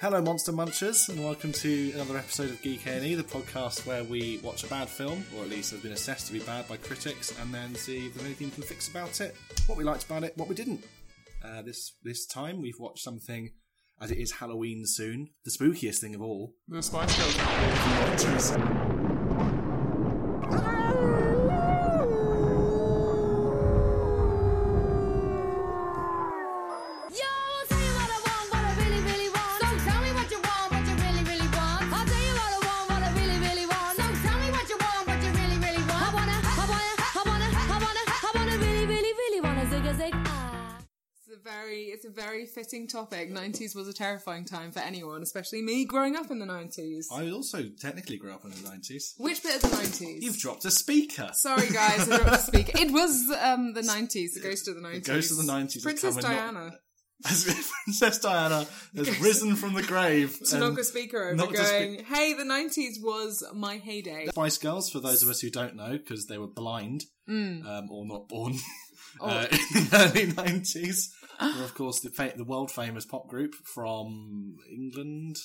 Hello, Monster Munchers, and welcome to another episode of Geek A&E, the podcast where we watch a bad film, or at least have been assessed to be bad by critics, and then see if there's anything we can fix about it, what we liked about it, what we didn't. Uh, this this time we've watched something, as it is Halloween soon, the spookiest thing of all. The Spice Girls Munchies. Yo, I'll tell you what I want, what I really, really want. So tell me what you want, what you really, really want. I'll tell you what I want, what I really, really want. So tell me what you want, what you really, really want. I wanna, I wanna, I wanna, I wanna, I wanna really, really, really wanna zig a zig. Ah. It's a very, it's a very fitting topic. Nineties was a terrifying time for anyone, especially me growing up in the nineties. I also technically grew up in the 90s. Which bit of the nineties? You've dropped a speaker! Sorry, guys, I dropped to speak. It was um, the nineties, the ghost of the nineties, Ghost of the 90s has Princess come and not- um, Diana. As Princess Diana has risen from the grave. To and- knock a speaker over, knocked a going, "Hey, the nineties was my heyday." Spice Girls, for those of us who don't know, because they were blind Mm. um, or not born Oh. uh, in the early nineties, were of course the, fa- the world famous pop group from England.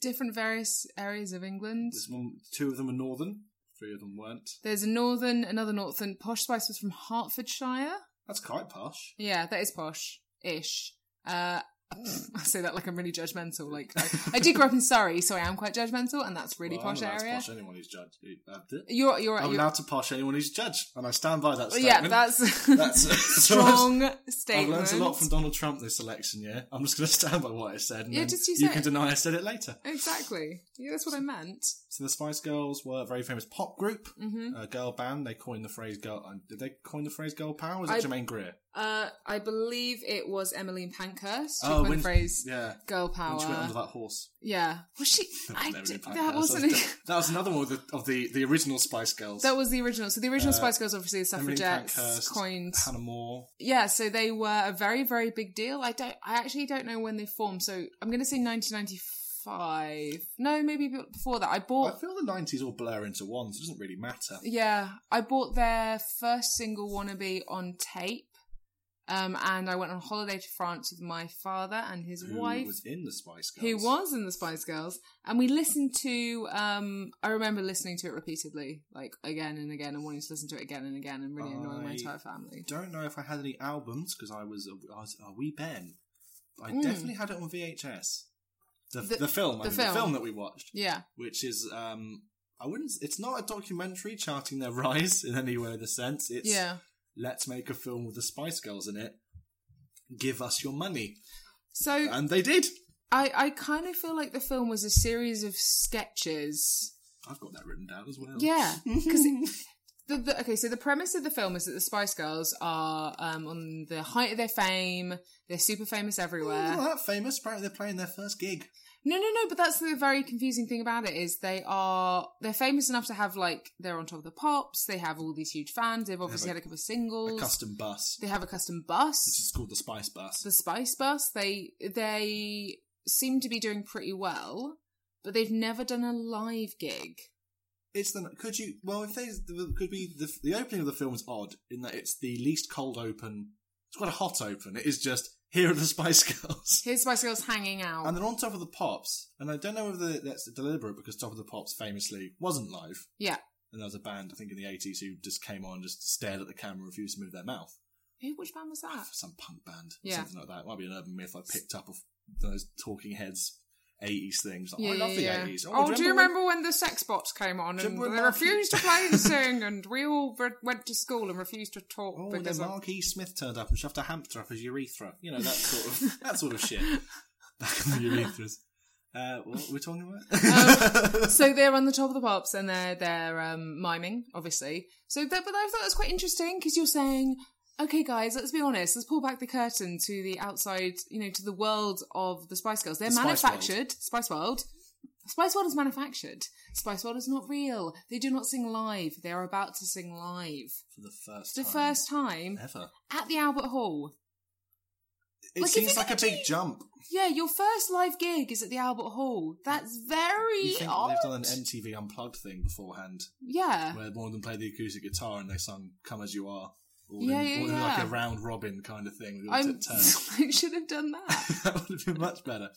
Different various areas of England. There's one, two of them were northern, three of them weren't. There's a northern, another northern. Posh Spice was from Hertfordshire. That's quite posh. Yeah, that is posh ish. Uh, I say that like I'm really judgmental. Like I, I did grow up in Surrey, so I am quite judgmental, and that's really Well, posh I'm allowed to area. Posh anyone who's judged. who- uh, d- You're you're, I'm you're allowed to posh anyone who's judged, and I stand by that well, statement. yeah. That's, That's- so I've- strong I've statement. learned a lot from Donald Trump this election year. I'm just going to stand by what I said, and Yeah, then just you you say can it. deny I said it later. exactly. Yeah, that's what I meant. So the Spice Girls were a very famous pop group, Mm-hmm. a girl band. They coined the phrase "girl." uh, Did they coin the phrase "girl power"? Was it I- Jermaine Greer? Uh, I believe it was Emmeline Pankhurst. Oh, Oh, the when- phrase yeah. "girl When power." she went under that horse. Yeah, was she? I Never did, did that wasn't. That a- was, that was another one of the, of the, the original Spice Girls. That was the original. So the original Spice Girls, obviously, the Uh, Emmeline suffragettes Pankhurst, coined. Hannah Moore. yeah, so they were a very, very big deal. I don't, I actually don't know when they formed. So I'm going to say 1995. No, maybe b- before that. I I bought, feel the nineties all blur into one, so it doesn't really matter. yeah, I bought their first single "Wannabe" on tape. Um, and I went on holiday to France with my father and his Who wife, was in the Spice Girls? who was in the Spice Girls, and we listened to. Um, I remember listening to it repeatedly, like again and again, and wanting to listen to it again and again, and really annoying my I- entire family. Don't know if I had any albums because I was a, I was a wee Ben. I definitely had it on VHS. The, the, Hmm. The- film, I the mean, film. the film that we watched. Yeah. which is um I wouldn't it's not a documentary charting their rise in any way of the sense. It's Yeah. let's make a film with the Spice Girls in it. Give us your money. So And they did. I, I kind of feel like the film was a series of sketches. I've got that written down as well. Yeah, because the, the okay. So the premise of the film is that the Spice Girls are um, on the height of their fame. They're super famous They're everywhere. Not Oh, that famous. Apparently, they're playing their first gig. No, no, no. But that's the very confusing thing about it is they are they're famous enough to have like they're on top of the pops. They have all these huge fans. They've obviously a- had a couple of singles. A custom bus. they have a custom bus. This is called the Spice Bus. the Spice Bus, they they seem to be doing pretty well, but they've never done a live gig. It's the could you well if they could be the the opening of the film is odd in that it's the least cold open. It's quite a hot open. It is just here are the Spice Girls. Here's Spice Girls hanging out. And then on Top of the Pops, and I don't know whether that's deliberate because Top of the Pops famously wasn't live, yeah, and there was a band I think in the eighties who just came on, and just stared at the camera, refused to move their mouth. who? Which band was that? Some punk band, or Yeah. something like that. It might be an urban myth I picked up of those Talking Heads eighties things. Like, Yeah, I love yeah, yeah. the eighties. Oh, do you remember when the Sex Bots came on Do you and remember they Marky- refused to play and sing, and we all re- went to school and refused to talk Oh, when because then of- Mark E. Smith turned up and shoved a hamster up his urethra. You know that sort of that sort of shit. Back in the urethras. Uh, what were we talking about? so they're on the top of the pops and they're they're um, miming, obviously. So that, but I thought that's quite interesting because you're saying, okay, guys, let's be honest, let's pull back the curtain to the outside, you know, to the world of the Spice Girls. They're The Spice manufactured. Spice World. Spice World is manufactured. Spice World is not real. They do not sing live. They are about to sing live For the first for the time first time ever. at the Albert Hall. It Look, if seems you like a actually- big jump. Yeah, your first live gig is at the Albert Hall. That's You very think odd. they've done an MTV Unplugged thing beforehand, yeah. where one of them played the acoustic guitar and they sung "Come as You Are." all, Yeah, in, yeah, all in like yeah. a round robin kind of thing. We all I'm, took turns. I should have done that. that would have been much better.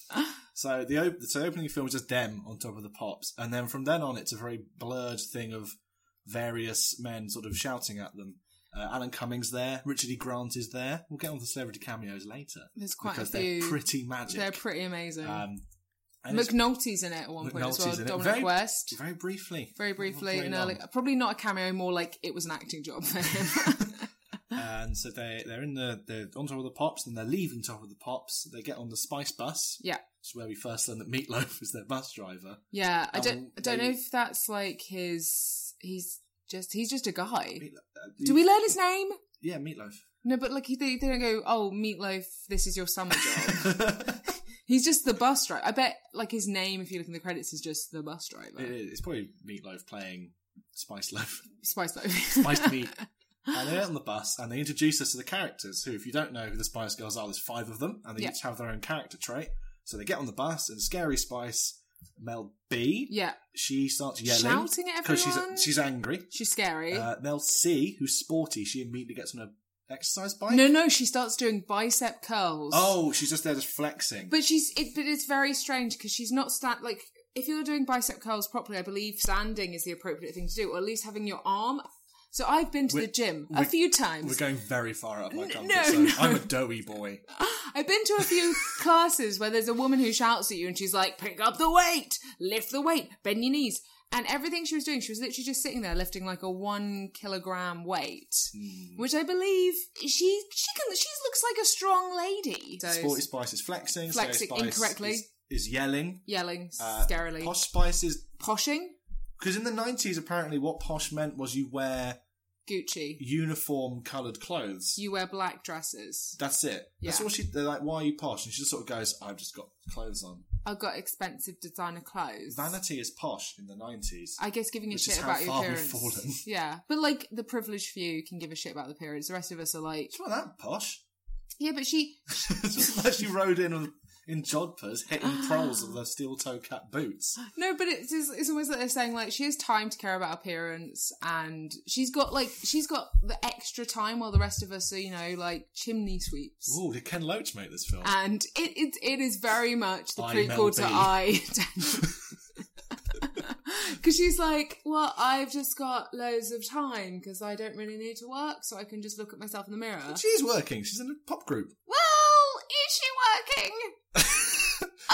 So the op- so the opening film is just them on top of the pops, and then from then on, it's a very blurred thing of various men sort of shouting at them. Uh, Alan Cummings there, Richard E. Grant is there. We'll get on to celebrity cameos later There's quite because a few. they're pretty magic. They're pretty amazing. um, and it's McNulty's in it at one point as well. McNulty's in it. Dominic Very- West. very briefly, Very briefly very and early. long. Probably not a cameo, more like it was an acting job for him. and so they they're in the they're on top of the pops, and they're leaving top of the pops. They get on the Spice Bus, yeah. which is where we first learn that Meatloaf is their bus driver. Yeah. I Um, don't I don't they- know if that's like his he's just he's just a guy. Meatloaf, uh, Do we learn his name? Yeah, Meatloaf. No, but like he, they, they don't go, Oh, Meatloaf, this is your summer job. he's just the bus driver. I bet like his name, if you look in the credits, is just the bus driver. It is. It's probably Meatloaf playing Spice Loaf, Spice Loaf. Spiced Meat. And they're on the bus and they introduce us to the characters who, if you don't know who the Spice Girls are, there's five of them and they Yeah. each have their own character trait. So they get on the bus and Scary Spice, Mel B, yeah. she starts yelling. Shouting at Because she's, everyone? she's angry. She's scary. Uh, Mel C, who's sporty, she immediately gets on a exercise bike. no, no, she starts doing bicep curls. Oh, she's just there just flexing. But she's it, but it's very strange because she's not stand like if you're doing bicep curls properly, I believe standing is the appropriate thing to do, or at least having your arm. So I've been to We're- the gym a we're- few We're times. going very far out of my comfort no, zone. no. I'm a doughy boy. I've been to a few classes where there's a woman who shouts at you and she's like, "Pick up the weight, lift the weight, bend your knees." And everything she was doing, she was literally just sitting there lifting like a one kilogram weight, Hmm. which I believe she she can she looks like a strong lady. So Sporty Spice is flexing. Scary Flexing Spice incorrectly. Is, is yelling. yelling Uh, scarily, Posh Spice is poshing because in the nineties, apparently, what posh meant was you wear Gucci. uniform coloured clothes. you wear black dresses. That's it. That's Yeah. all she. They're like, "Why are you posh?" And she just sort of goes, "I've just got clothes on." I've got expensive designer clothes. Vanity is posh in the nineties. I guess giving a Which shit is how about your far we've appearance. fallen. Yeah, but like the privileged few can give a shit about the appearance. The rest of us are like, It's not that posh. yeah, but she. it's just like she rode in with- in jodhpurs, Ah. hitting proles of the steel toe cap boots. No, but it's just, it's almost like they're saying like she has time to care about appearance, and she's got like she's got the extra time while the rest of us are you know like chimney sweeps. Ooh, did Ken Loach make this film? And it, it it is very much the I, prequel to Mel B. I. Because she's like, well, I've just got loads of time because I don't really need to work, so I can just look at myself in the mirror. She is working. She's in a pop group. well, is she working?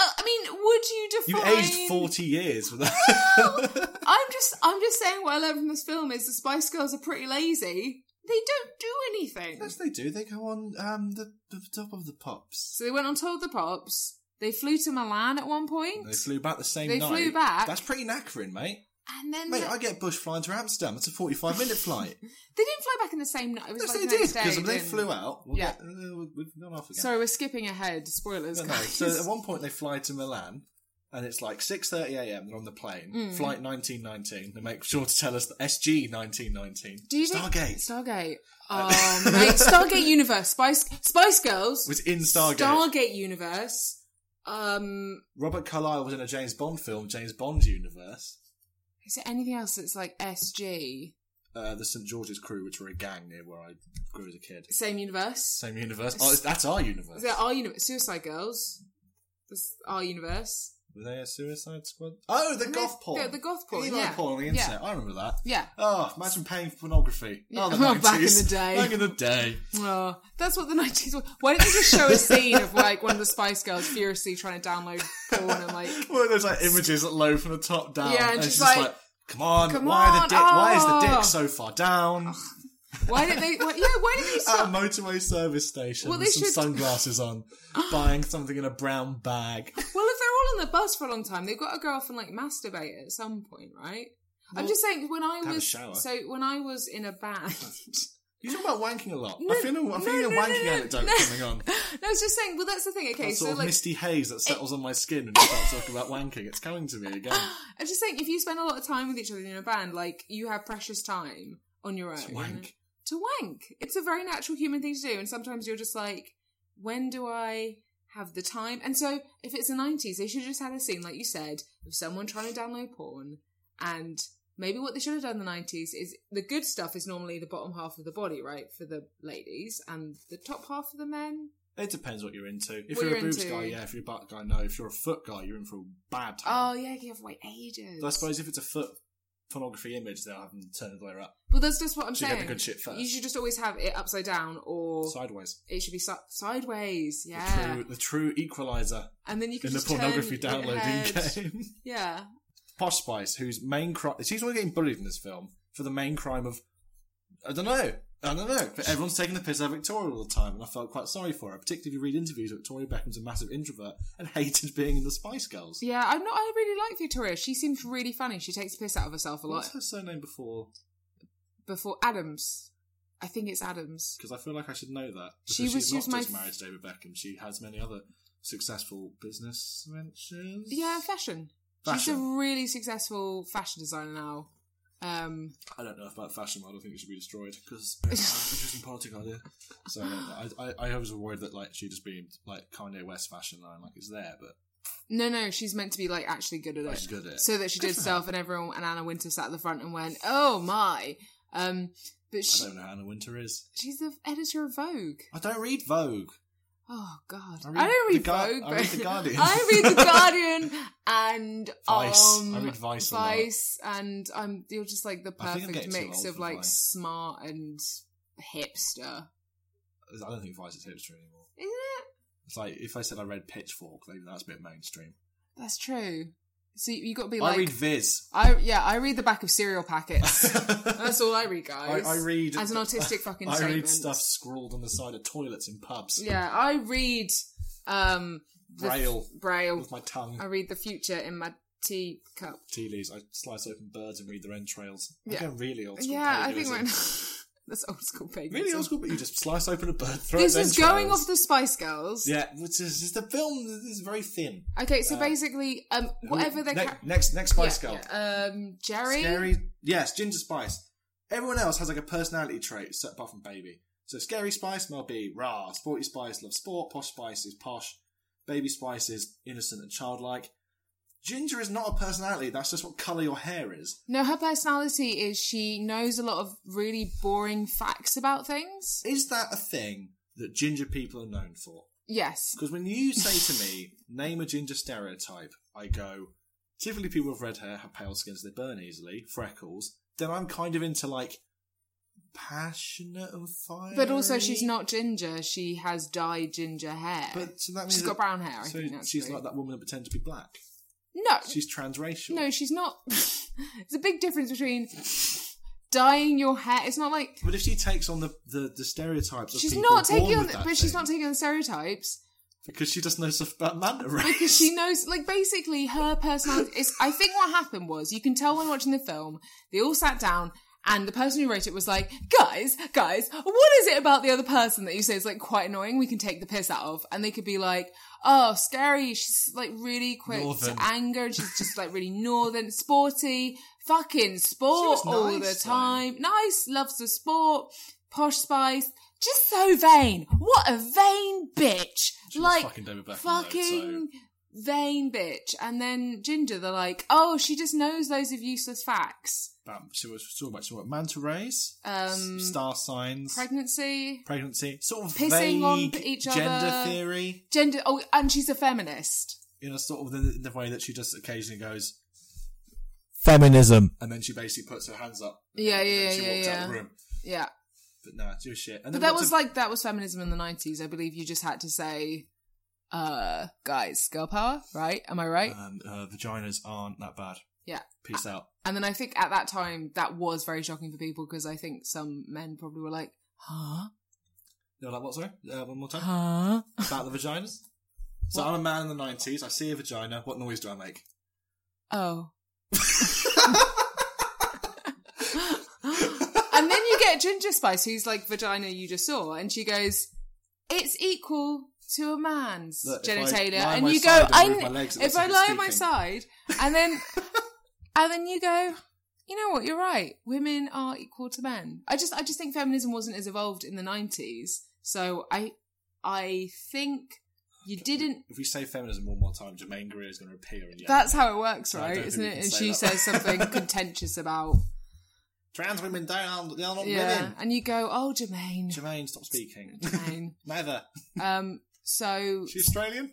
Uh, I mean, would you You define? aged forty years with that. I'm just, I'm just saying. What I learned from this film is the Spice Girls are pretty lazy. They don't do anything. yes, they do. They go on um, the, the top of the pops. So they went on tour of the pops. They flew to Milan at one point. They flew back the same They night. flew back. That's pretty knackering, mate. And then Mate, the- I get bush flying to Amsterdam. It's a 45 minute flight. they didn't fly back in the same night. It was yes, like they the did. next day, Because they didn't- flew out. We'll Yeah. get- uh, we've gone off again. Sorry, we're skipping ahead. Spoilers, No, no. guys. So at one point they fly to Milan. And it's like 6.30 a.m. They're on the plane. Hmm. Flight 1919. They make sure to tell us that SG 1919. Do you Stargate Uh, Think- Stargate. Oh, mate. Stargate Universe. Spice Spice Girls. was in Stargate. Stargate Universe. Um, Robert Carlyle was in a James Bond film, James Bond Universe. is there anything else that's like SG? Uh, the St. George's crew, which were a gang near where I grew as a kid. Same universe. Same universe. Oh, that's our universe. Is there our universe? Suicide Girls. This our universe. Were they a Suicide Squad? Oh, the goth porn. yeah, the goth porn, Eli yeah. porn on the Yeah. internet. I remember that. Yeah. Oh, imagine paying for pornography. Oh, the Yeah. Back in 90s. the day. Back in the day. Oh, that's what the nineties. were. Why don't they just show a scene of like one of the Spice Girls furiously trying to download porn and like One of those like images that low from the top down. Yeah, and it's just just like, like, come on, come why the on, dick? Why is the oh. dick so far down? why don't they? Why, yeah, why don't they At a stop? motorway service station Well, with they some should- sunglasses on, buying something in a brown bag. Well, if they're all on the bus for a long time, they've got to go off and like masturbate at some point, right? I'm just saying when I have a was shower. so when I was in a band. You talk about wanking a lot. No, I feel a, I'm no, feeling a no, wanking no, no, anecdote no. coming on. no, I was just saying. Well, that's the thing. Okay, That sort so of like misty haze that settles on my skin when you start talking about wanking. It's coming to me again. I'm just saying, if you spend a lot of time with each other in a band, like you have precious time on your own wank. To wank. It's a very natural human thing to do, and sometimes you're just like, when do I have the time? And so, if it's the 90s, they should have just had a scene, like you said, of someone trying to download porn and maybe what they should have done in the 90s is the good stuff is normally the bottom half of the body, right, for the ladies, and the top half of the men. It depends what you're into. If What you're, a you're boobs into. guy, yeah. If you're a butt guy, no. If you're a foot guy, you're in for a bad time. Oh, yeah, you have to wait ages. So I suppose if it's a foot pornography image, they'll have them turn it the way up, Well, that's just what I'm So you saying. get the good shit first. You should just always have it upside down, or sideways. it should be si- sideways. The Yeah, true- the true equalizer and then you can in the just turn pornography your downloading head. game. Yeah, Posh Spice, whose main crime. She's always getting bullied in this film for the main crime of. I don't know. I don't know. But everyone's taking the piss out of Victoria all the time, and I felt quite sorry for her, particularly if you read interviews. Victoria Beckham's a massive introvert and hated being in the Spice Girls. yeah. I'm not. I really like Victoria. She seems really funny. She takes the piss out of herself a lot. What's her surname before? Before Adams, I think it's Adams. Because I feel like I should know that. She Because was- she's she was not my just f- married to David Beckham. She has many other successful business ventures. Yeah, fashion. She's a Fashion. really successful fashion designer now. Um, I don't know about fashion model. I think it should be destroyed because interesting political idea. So I, I, I was worried that like she'd just be like Kanye West fashion line, like it's there, but no, no, she's meant to be like actually good at Oh, it. she's good at it. So that she did stuff, and everyone and Anna Winter sat at the front and went, "Oh my!" Um, but I she, don't know how Anna Winter is. She's the editor of Vogue. I don't read Vogue. Oh God, I I, read The don't Guar- read Vogue. I read but- The Guardian. I read the Guardian and Vice. Um, I read Vice a lot. Vice, and I'm you're just like the I think I'm perfect getting too mix old of for like Vice. smart and hipster, I don't think Vice is hipster anymore. isn't it? It's like if I said I read Pitchfork, maybe that's a bit mainstream. That's true. So you, you got to be I like, read Viz. I yeah, I read the back of cereal packets. I, That's all I read, guys. I read as an artistic fucking. I statement. read stuff scrawled on the side of toilets in pubs. Yeah, I read um the- Braille. Braille. With my tongue, I read the future in my teacup. tea leaves. I slice open birds and read their entrails. Yeah. I go really old school. Yeah, I think paganism. we're that's old school paganism. Really old school, but you just slice open a bird. Throw This its is going entrails. off the Spice Girls. Yeah, which is, is the film is very thin. Okay, so basically, um, whatever the Ne- ca- next next Spice yeah, Girl. yeah, um, Jerry. Scary. Yes, Ginger Spice. Everyone else has like a personality trait, so- apart from Baby. So Scary Spice, Mel B, rah. Sporty Spice, love sport. Posh Spice is posh. Baby Spice is innocent and childlike. Ginger is not a personality. That's just what color your hair is. No, her personality is she knows a lot of really boring facts about things. Is that a thing that ginger people are known for? Yes, Because when you say to me, name a ginger stereotype, I go, typically people with red hair have pale skins, they burn easily, freckles. Then I'm kind of into like passionate and fiery. but also she's not ginger. She has dyed ginger hair. But so that means she's got that- brown hair. I so think that's she's true. like that woman that pretends to be black. No, She's transracial. no, she's not. There's a big difference between dyeing your hair. It's not like But if she takes on the, the, the stereotypes of she's people not born taking on, with that but she's thing, not taking on stereotypes because she doesn't know stuff about manta rays. because she knows, like, basically her personality. Is, I think what happened was you can tell when watching the film, they all sat down. And the person who wrote it was like, guys, guys, what is it about the other person that you say is like quite annoying? We can take the piss out of. And they could be like, oh, scary. She's like really quick Northern. to anger. And she's just like really northern, sporty, fucking sport She was all nice, the though. time. Nice, loves the sport, posh spice. Just so vain. What a vain bitch. She was like, fucking David Beckham, though, fucking vain bitch. And then Ginger, they're like, oh, she just knows loads of useless facts. Um, she was talking about, she was talking about manta rays, Um, star signs, Pregnancy, pregnancy, sort of Pissing vague on each gender other. theory gender. Oh, and she's a feminist. in a sort of the, the way that she just occasionally goes, Feminism. and then she basically puts her hands up. Yeah, and yeah, then she yeah, walks yeah. out the room. Yeah. But nah, she was shit. And But then that lots was of- like, that was feminism in the 90s. I believe you just had to say, uh, guys, girl power, right? Am I right? um, uh, vaginas aren't that bad. yeah. Peace out. And then I think at that time that was very shocking for people because I think some men probably were like, huh? They were like, what, sorry? Uh, one more time? Huh? About the vaginas? So I'm a man in the 90s. I see a vagina. What noise do I make? Oh. and then you get Ginger Spice, who's like vagina you just saw, and she goes, It's equal to a man's Look, if I genitalia. lie on And my you side go, and I, move kn- my legs at the if I same lie on my speaking." side, and then, and then you go, you know what? You're right. Women are equal to men. I just, I just think feminism wasn't as evolved in the '90s. So I, I think You didn't. If we say feminism one more time, Jermaine Greer is going to appear and yell, That's how it works, I don't right? think Isn't we it? can And say she that. says something contentious about "Trans women don't. They are not yeah, women." and you go, oh, Jermaine, Jermaine, stop speaking. Jermaine. Neither. um, so She's Australian.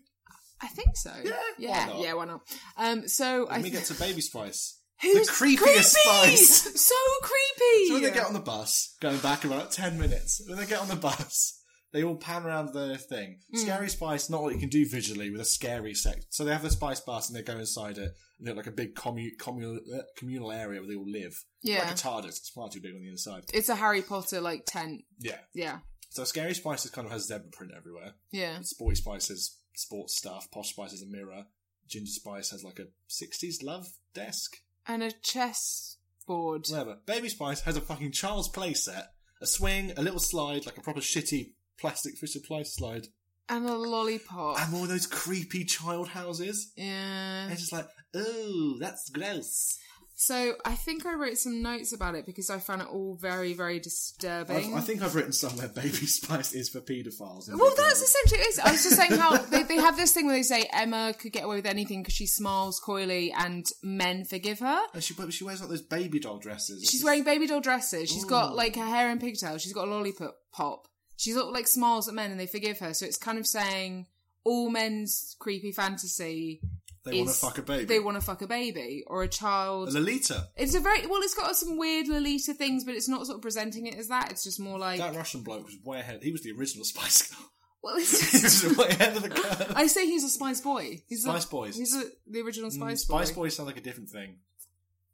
I think so. Yeah, yeah, not? yeah. Why not? Um, so I Let me th- get to Baby Spice. who's the creepiest creepy? Spice. So creepy. So when they get on the bus, going back in about ten minutes, when they get on the bus, they all pan around the thing. Hmm. Scary Spice, not what you can do visually with a scary sect. So they have the Spice bus and they go inside it, and they're like a big commu- communal uh, communal area where they all live. yeah, Like a TARDIS, it's far too big on the inside. it's a Harry Potter like tent. Yeah. Yeah, So Scary Spice is kind of has zebra print everywhere. yeah. Sporty Spice has sports stuff. Posh Spice has a mirror. Ginger Spice has like a 60s love desk. and a chess board. Whatever. Baby Spice has a fucking child's playset, a swing, a little slide, like a proper shitty plastic fish supply slide, and a lollipop. and one of those creepy child houses. And yeah. it's just like, oh, that's gross. So I think I wrote some notes about it because I found it all very, very disturbing. I've, I think I've written somewhere Baby Spice is for paedophiles. and Well, people- that's essentially it. I was just saying how they, they have this thing where they say Emma could get away with anything because she smiles coyly and men forgive her. And she, but she wears like those baby doll dresses. It's She's just- wearing baby doll dresses. She's got Ooh. like her hair in pigtails. She's got a lollipop pop. She's all, like smiles at men and they forgive her. So it's kind of saying all men's creepy fantasy. They want to is- fuck a baby. They want to fuck a baby or a child. a Lolita. It's a very well. It's got some weird Lolita things, but it's not sort of presenting it as that. It's just more like That Russian bloke was way ahead. He was the original Spice Girl. well, it's he just- was way ahead of the curve. I say he's a Spice Boy. He's Spice a, Boys. Mm, He's a, the original Spice Boy. Spice Boys sound like a different thing.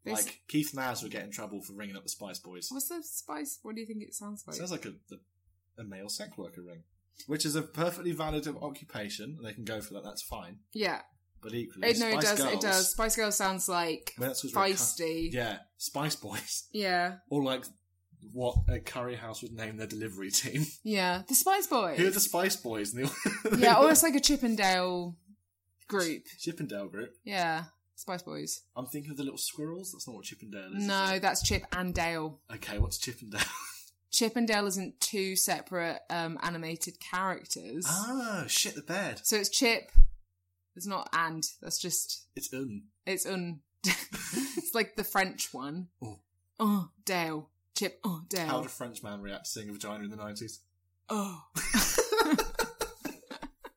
They s- like Keith Naz would get in trouble for ringing up the Spice Boys. what's the Spice? What do you think it sounds like? Sounds like a, a, a male sex worker ring, which is a perfectly valid occupation, and they can go for that. That's fine. yeah. But equally, It, no, Spice it does. Girls, It does. Spice Girl sounds like I mean, that's what's really cu- feisty. yeah, Spice Boys, Yeah. or like what a curry house would name their delivery team. Yeah. The Spice Boy. Who are the Spice Boys? And the yeah, almost like a Chippendale group. Chippendale group. Yeah. Spice Boys. I'm thinking of the little squirrels. That's not what Chippendale is. is No, that's Chip and Dale. it? Okay, what's Chippendale? Chip and Dale isn't two separate um, animated characters. ah, shit the bed. So it's Chip. It's not and. That's just It's un. it's un. it's like the French one. Oh. Oh, Dale. Chip. Oh, Dale. How did a French man react to seeing a vagina in the 90s? Oh.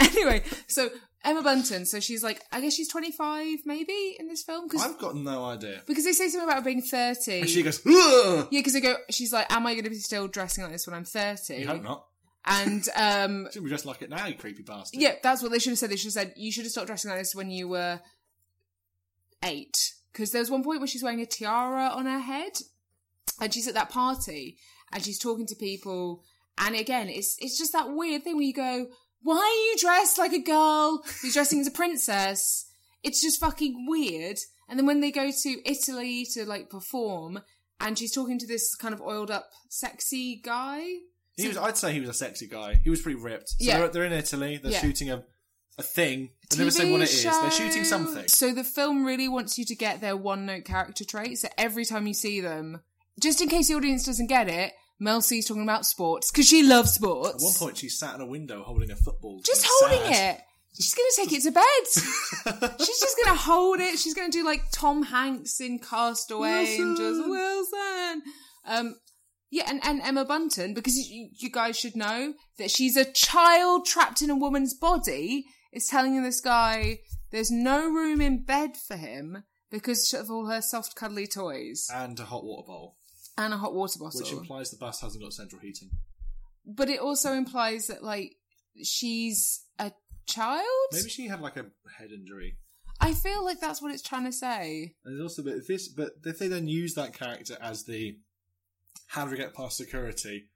anyway, so Emma Bunton. So she's like, I guess she's 25 maybe in this film because I've got no idea. because they say something about her being 30. And she goes, Ugh! yeah, because they go. She's like, "Am I going to be still dressing like this when I'm 30?" You hope not. And um, She'll be dressed like it now, you creepy bastard. Yeah, that's what they should have said. They should have said you should have stopped dressing like this when you were eight, because there was one point where she's wearing a tiara on her head, and she's at that party and she's talking to people, and again, it's it's just that weird thing where you go, why are you dressed like a girl who's dressing as a princess? It's just fucking weird. And then when they go to Italy to like perform, and she's talking to this kind of oiled up, sexy guy. He was, I'd say he was a sexy guy. He was pretty ripped. So Yeah. they're, they're in Italy, they're Yeah. shooting a, a thing. They never TV say what it is. They're show. shooting something. So the film really wants you to get their one note character traits. So every time you see them, just in case the audience doesn't get it, Mel C's talking about sports because she loves sports. At one point, she sat in a window holding a football. just It's holding sad. it. She's gonna take it to bed. She's just gonna hold it. She's gonna do like Tom Hanks in Castaway and just Wilson. Wilson. Um, yeah, and, and Emma Bunton because you, you guys should know that she's a child trapped in a woman's body. Is telling this guy there's no room in bed for him because of all her soft cuddly toys And a hot water bowl, and a hot water bottle which implies the bus hasn't got central heating. but it also implies that like she's a child Maybe she had like a head injury. i feel like that's what it's trying to say And there's also a bit of this, but if they then use that character as the how do we get past security,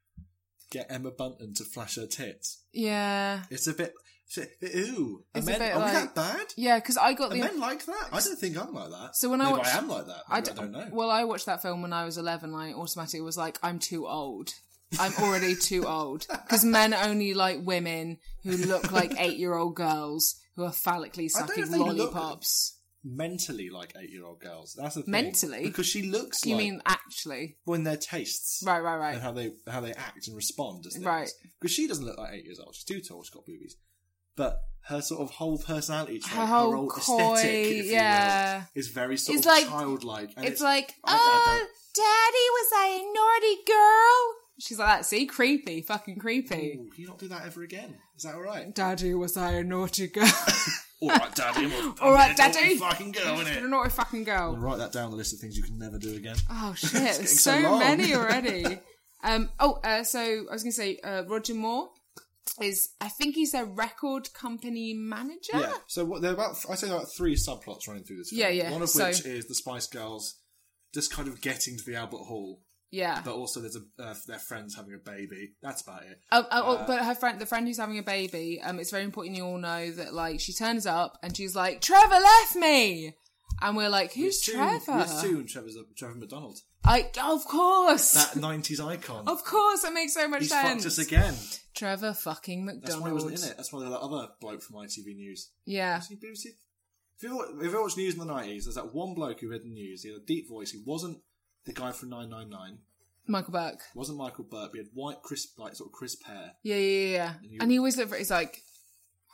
get Emma Bunton to flash her tits. yeah It's a bit. Ooh, are It's a men, bit are we like- that bad? yeah because i got Are the men like that? I don't think I'm like that. So when I Maybe watch- I am like that. I Maybe I, d- don't know. well i watched that film when i was 11 i automatically was like i'm too old i'm already too old because men only like women who look like eight-year-old girls who are phallically I don't know sucking if they look- lollipops Mentally, like eight-year-old girls. That's the thing. Mentally? because she looks. you like mean actually when their tastes, right right And right how they how they act and respond, as Right. Because she doesn't look like eight years old. She's too tall. She's got boobies. but her sort of whole personality trait, her Her whole whole, coy, aesthetic, if you yeah. will, is very sort It's of like- childlike. And it's, like, I don't oh, daddy, was I a naughty girl? She's like that. See, creepy, fucking creepy. Ooh, "Oh, can you not do that ever again? Is that all right? Daddy, was I a naughty girl? all right, Daddy. We'll, All right, Daddy. Fucking go in a it. naughty fucking girl. Write that down. The list of things you can never do again. Oh shit! There's so so, long. many already. um. Oh, uh, so I was gonna say uh, Roger Moore is. I think he's their record company manager. Yeah. So what, there are about I say there are about three subplots running through this. Film, Yeah, yeah, One of so- which is the Spice Girls just kind of getting to the Albert Hall, Yeah. but also there's a uh, their friends having a baby. That's about it. Oh, oh, uh, oh, but her friend, the friend who's having a baby, um, it's very important you all know that like she turns up and she's like, Trevor left me, and we're like, We who's assume- Trevor? We assume Trevor's a, Trevor McDonald, I of course, that '90s icon. of course, that makes so much He's sense. fucked us again. Trevor fucking McDonald. That's why he wasn't in it. That's why that other bloke from ITV News. Yeah. Is he BBC? If you, wa- if you ever watched news in the nineties, there's that one bloke who read the news. He had a deep voice. He wasn't the guy from Nine Nine Nine. Michael Burke. Wasn't Michael Burke. He had white, crisp, like sort of crisp hair. Yeah, yeah, yeah. yeah. you- And he always looked. For, he's like,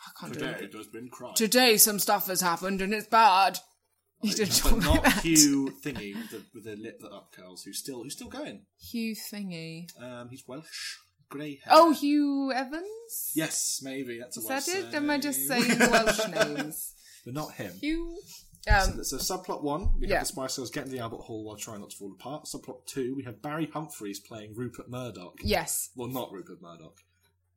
I can't do it. Today there's been crime. today some stuff has happened and it's bad. He did but talk like not that. Hugh. Hugh Thingy with the, with the lip that up curls, who's still who's still going. thingy. Um, he's Welsh, grey hair. Oh, Hugh Evans? yes, maybe that's a Is Welsh. that it? surname. Am I just saying Welsh names? But not him. Hugh. Um, So, so subplot one, we Yeah. have the Spice Girls getting to the Albert Hall while trying not to fall apart. Subplot two, we have Barry Humphries playing Rupert Murdoch. yes, Well, not Rupert Murdoch.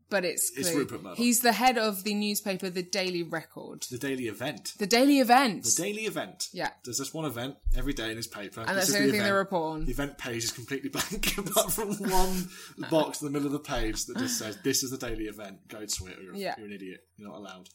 but it's, It's Clue. Rupert Murdoch. He's the head of the newspaper, The Daily Record. The Daily Event. The Daily Event. The Daily Event. Yeah. There's just one event every day in his paper. And that's This the is only thing they event. report on. The event page is completely blank, apart from one box in the middle of the page that just says, "This is the daily event. Go to it, or you're, Yeah. you're an idiot. You're not allowed."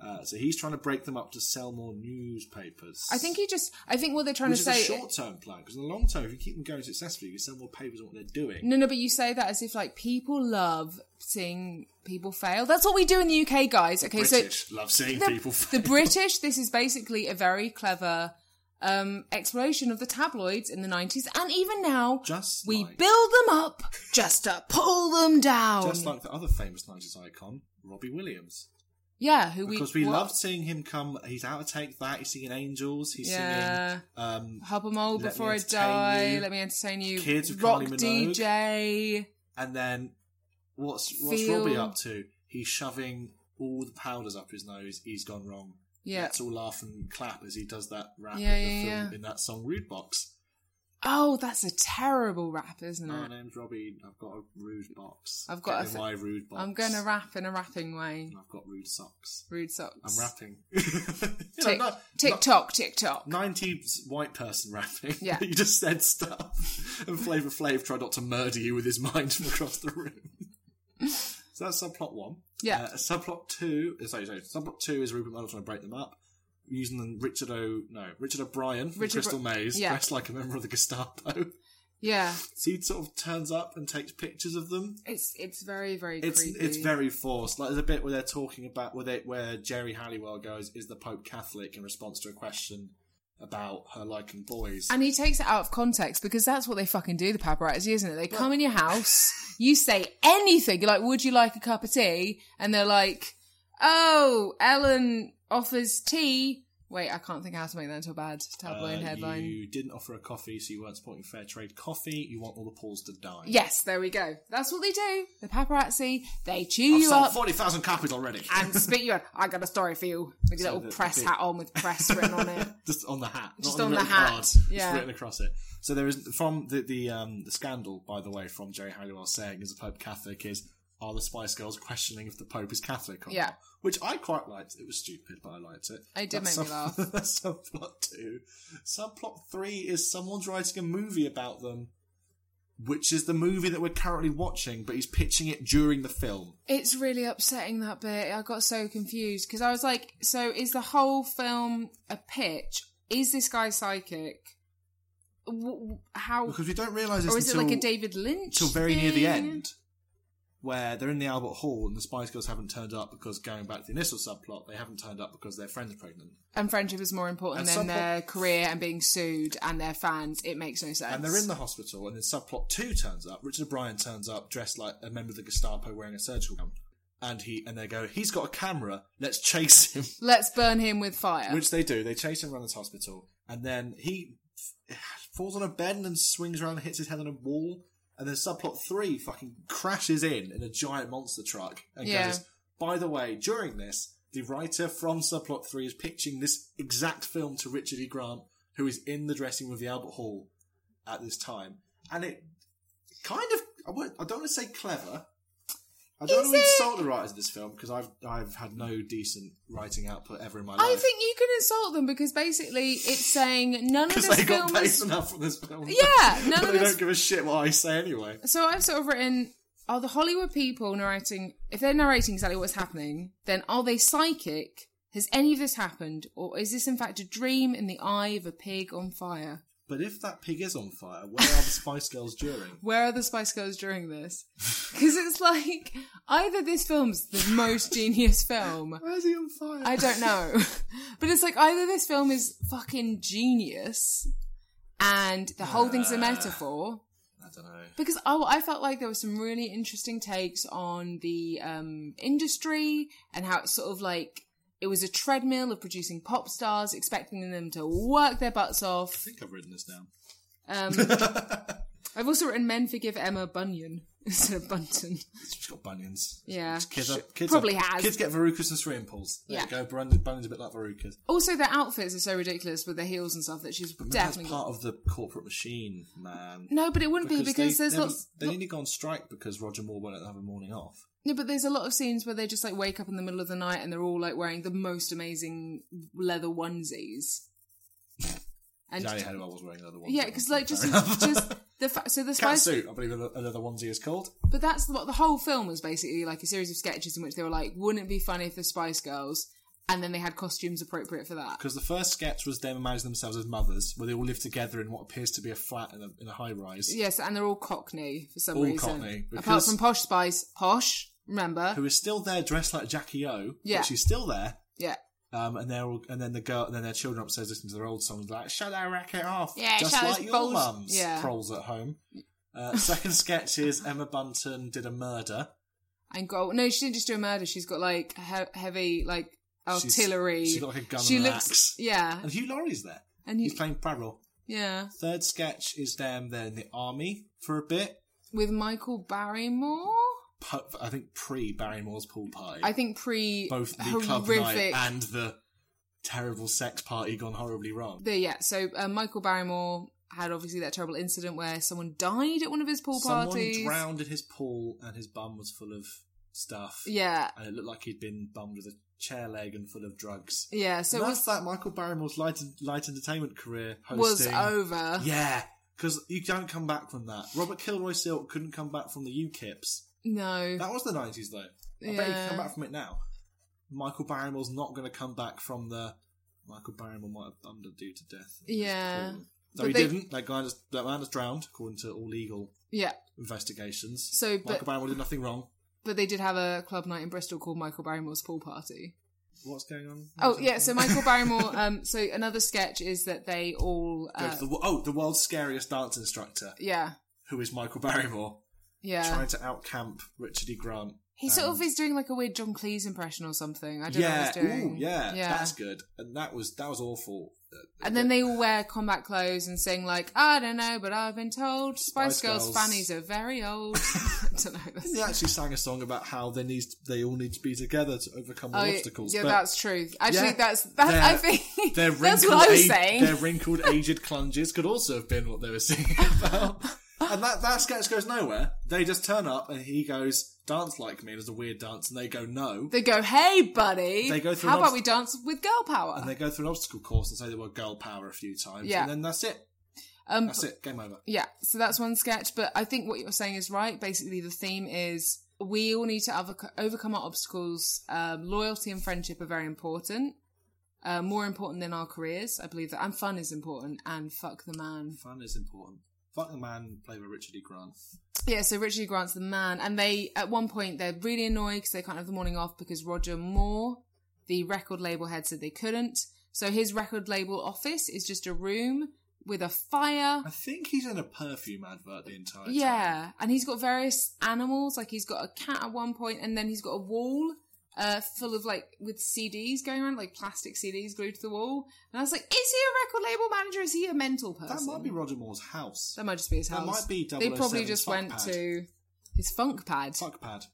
uh, so he's trying to break them up to sell more newspapers. I think he just. I think what they're trying which to is say. a short-term plan because in the long term, if you keep them going successfully, you sell more papers on what they're doing. No, no, but you say that as if like people love seeing people fail. That's what we do in the UK, guys. Okay, so British love seeing the, people. the British, this is basically a very clever um, exploration of the tabloids in the 90s and even now. Just we like- build them up just to pull them down. just like the other famous '90s icon, Robbie Williams. yeah, who we Because we what? loved seeing him come. He's out of Take That. He's singing Angels. He's Yeah. singing um, Hub 'em all Let Me before I Entertain die. You. Let me entertain you. Kids with Rock Kylie Minogue. DJ. And then what's what's Feel- Robbie up to? He's shoving all the powders up his nose. He's gone wrong. Yeah. Let's all laugh and clap as he does that rap Yeah, in the yeah, film yeah. in that song Rude Box. Oh, that's a terrible rap, isn't My it? name's Robbie. I've got a rude box. I've got Get a in th- my rude box. I'm going to rap in a rapping way. And I've got rude socks. Rude socks. I'm rapping. you Tick, TikTok, TikTok. Nineties white person rapping. Yeah. you just said stuff, and Flavor Flav tried not to murder you with his mind from across the room. so that's subplot one. Yeah. Uh, subplot two. uh, Sorry, sorry. Subplot two is Rupert Murdoch trying to break them up using the Richard O. No, Richard O'Brien from Richard Crystal Br- Maze, yeah. dressed like a member of the Gestapo. Yeah, So he sort of turns up and takes pictures of them. it's it's very very It's creepy. it's very forced. Like there's a bit where they're talking about where they, where Jerry Halliwell goes, "Is the Pope Catholic?" in response to a question about her liking boys. And he takes it out of context because that's what they fucking do, the paparazzi, isn't it? They come in your house, you say anything, you're like, would you like a cup of tea? And they're like, oh, Ellen offers tea. Wait, I can't think how to make that into a bad tabloid Uh, headline. You didn't offer a coffee, so you weren't supporting fair trade coffee. You want all the Pauls to die. Yes, there we go. That's what they do. The paparazzi, they chew I've you sold up. forty thousand copies already. and spit you out. I got a story for you with your So little the- the press big- hat on with press written on it. just on the hat, not Just on, on the, the written hat, card, yeah. just written across it. So there is from the the um, the scandal, by the way, from Jerry Halliwell saying is the Pope Catholic is are the Spice Girls questioning if the Pope is Catholic or Yeah. not? Which I quite liked. It was stupid, but I liked it. It did That's make me sub- That's subplot two. Subplot three is someone's writing a movie about them, which is the movie that we're currently watching, but he's pitching it during the film. It's really upsetting that bit. I got so confused because I was like, so is the whole film a pitch? Is this guy psychic? W- w- How because we don't realise this Oh. or is it until, like a David Lynch? until very near the thing? end, where they're in the Albert Hall and the Spice Girls haven't turned up because going back to the initial subplot, they haven't turned up because their friend's pregnant, And friendship is more important At than some their career and being sued and their fans. It makes no sense. and they're in the hospital. And then subplot two turns up. Richard O'Brien turns up dressed like a member of the Gestapo wearing a surgical gown. and he and they go, he's got a camera. Let's chase him. Let's burn him with fire. Which they do. They chase him around this hospital, and then he f- falls on a bend and swings around and hits his head on a wall. And then subplot three fucking crashes in in a giant monster truck and Yeah. goes. By the way, during this, the writer from subplot three is pitching this exact film to Richard E. Grant, who is in the dressing room of the Albert Hall at this time, and it kind of I, would, I don't want to say clever. I don't Is want to it- insult the writers of this film because I've I've had no decent writing output ever in my life. I think you can insult them because basically it's saying none of because this they got film paid was. enough for this film. Yeah, none but of they this don't give a shit what I say anyway. So I've sort of written, are the Hollywood people narrating, if they're narrating exactly what's happening, then are they psychic? Has any of this happened? Or is this in fact a dream in the eye of a pig on fire? But if that pig is on fire, where are the Spice Girls during? Where are the Spice Girls during this? Because it's like, either this film's the most genius film. Where is he on fire? I don't know. But it's like, either this film is fucking genius and the whole thing's a metaphor. I don't know. because I, I felt like there were some really interesting takes on the um, industry and how it's sort of like it was a treadmill of producing pop stars, expecting them to work their butts off. I think I've written this down. Um, I've also written "Men Forgive Emma Bunyan" instead of Bunton. She's got bunions. Yeah, Kids, Sh- are, kids probably are, has. Kids get verrucas and scream pulls. There Yeah. you go. Bunions, bunions a bit like verrucas. Also, their outfits are so ridiculous with their heels and stuff that she's But maybe definitely that's part of the corporate machine, man. no. But it wouldn't be because they, there's they, lots. They nearly go on strike because Roger Moore won't let them have a morning off. No, but there's a lot of scenes where they just like wake up in the middle of the night and they're all like wearing the most amazing leather onesies. And Johnny Hannibal was wearing another one. yeah, because like just just the fact. So the Cat Spice, suit, I believe another onesie is called. but that's what the whole film was basically like a series of sketches in which they were like, wouldn't it be funny if the Spice Girls, and then they had costumes appropriate for that. Because the first sketch was them imagining themselves as mothers, where they all live together in what appears to be a flat in a, in a high rise. Yes, and they're all Cockney for some All reason. Cockney, Apart because- from Posh Spice, Posh, remember? Who is still there dressed like Jackie O. Yeah. But she's still there. yeah, Um, and they're all, and then the girl, and then their children upstairs listening to their old songs like "Shut that racket off," Yeah, just shut like those your balls- mum's yeah. proles at home. Uh, second sketch is Emma Bunton did a murder. and go. No, she didn't just do a murder. She's got like he- heavy like She's- artillery. she's got, like, a gun She and an looks. axe. Yeah, And Hugh Laurie's there. and you, He's playing Prarrow. yeah, Third sketch is them. They're in the army for a bit. with Michael Barrymore. Pu- I think pre Barrymore's pool party. I think pre both the horrific. club night and the terrible sex party gone horribly wrong. the yeah so uh, michael barrymore had obviously that terrible incident where someone died at one of his pool Someone parties drowned in his pool and his bum was full of stuff. yeah And it looked like he'd been bummed with a chair leg and full of drugs. yeah so it That's was like Michael Barrymore's light, light entertainment career was hosting. over Yeah, because you don't come back from that. Robert Kilroy Silk couldn't come back from the UKIPs. no That was the 90s, though. I bet you can Yeah. come back from it now. Michael Barrymore's not going to come back from the. Michael Barrymore might have bummed a dude to death. in his Yeah. pool. No, But he they- didn't. That guy just, that man just drowned, according to all legal yeah investigations. So, Michael but- Barrymore did nothing wrong. but they did have a club night in bristol called michael barrymore's pool party What's going on? oh yeah so michael barrymore um so another sketch is that they all Go uh, to the, wo- oh, the world's scariest dance instructor, yeah who is Michael Barrymore, yeah trying to outcamp Richard E. Grant. he sort of is doing like a weird john cleese impression or something i don't know Yeah, what he's ooh, doing yeah, that's good. And that was that was awful. And then they all wear combat clothes and sing like, I don't know, but I've been told Spice, Spice Girls, Girls. fannies are very old. I don't know. That's- They actually sang a song about how they need they all need to be together to overcome the Oh, obstacles. yeah, but that's true. Actually, yeah, that's that. I they're- think their that's wrinkled, what I was ag- saying. Their wrinkled, aged clunges could also have been what they were singing about. and that that sketch goes nowhere. They just turn up, and he goes dance like me, and it's a weird dance, and they go no. They go, "Hey, buddy, They go through how an about obst- we dance with girl power?" and they go through an obstacle course and say the word girl power a few times. Yeah. And then that's it. um, That's it. Game over. yeah. So that's one sketch. But I think what you're saying is right. Basically, the theme is we all need to overco- overcome our obstacles. Um, loyalty and friendship are very important. Uh, more important than our careers, I believe that, and fun is important. And fuck the man. Fun is important. Fuck the man, play with Richard E. Grant. Yeah, so Richard E. Grant's the man, and they at one point they're really annoyed because they can't have the morning off because Roger Moore, the record label head, said they couldn't. So his record label office is just a room with a fire. I think he's in a perfume advert the entire time. Yeah, and he's got various animals. Like he's got a cat at one point, and then he's got a wall uh, full of like with CDs going around, like plastic CDs glued to the wall. And I was like, is he a record label manager? Is he a mental person? That might be Roger Moore's house. That might just be his That house. might be They probably 007's just funk went pad. to his funk pad. Fuck pad.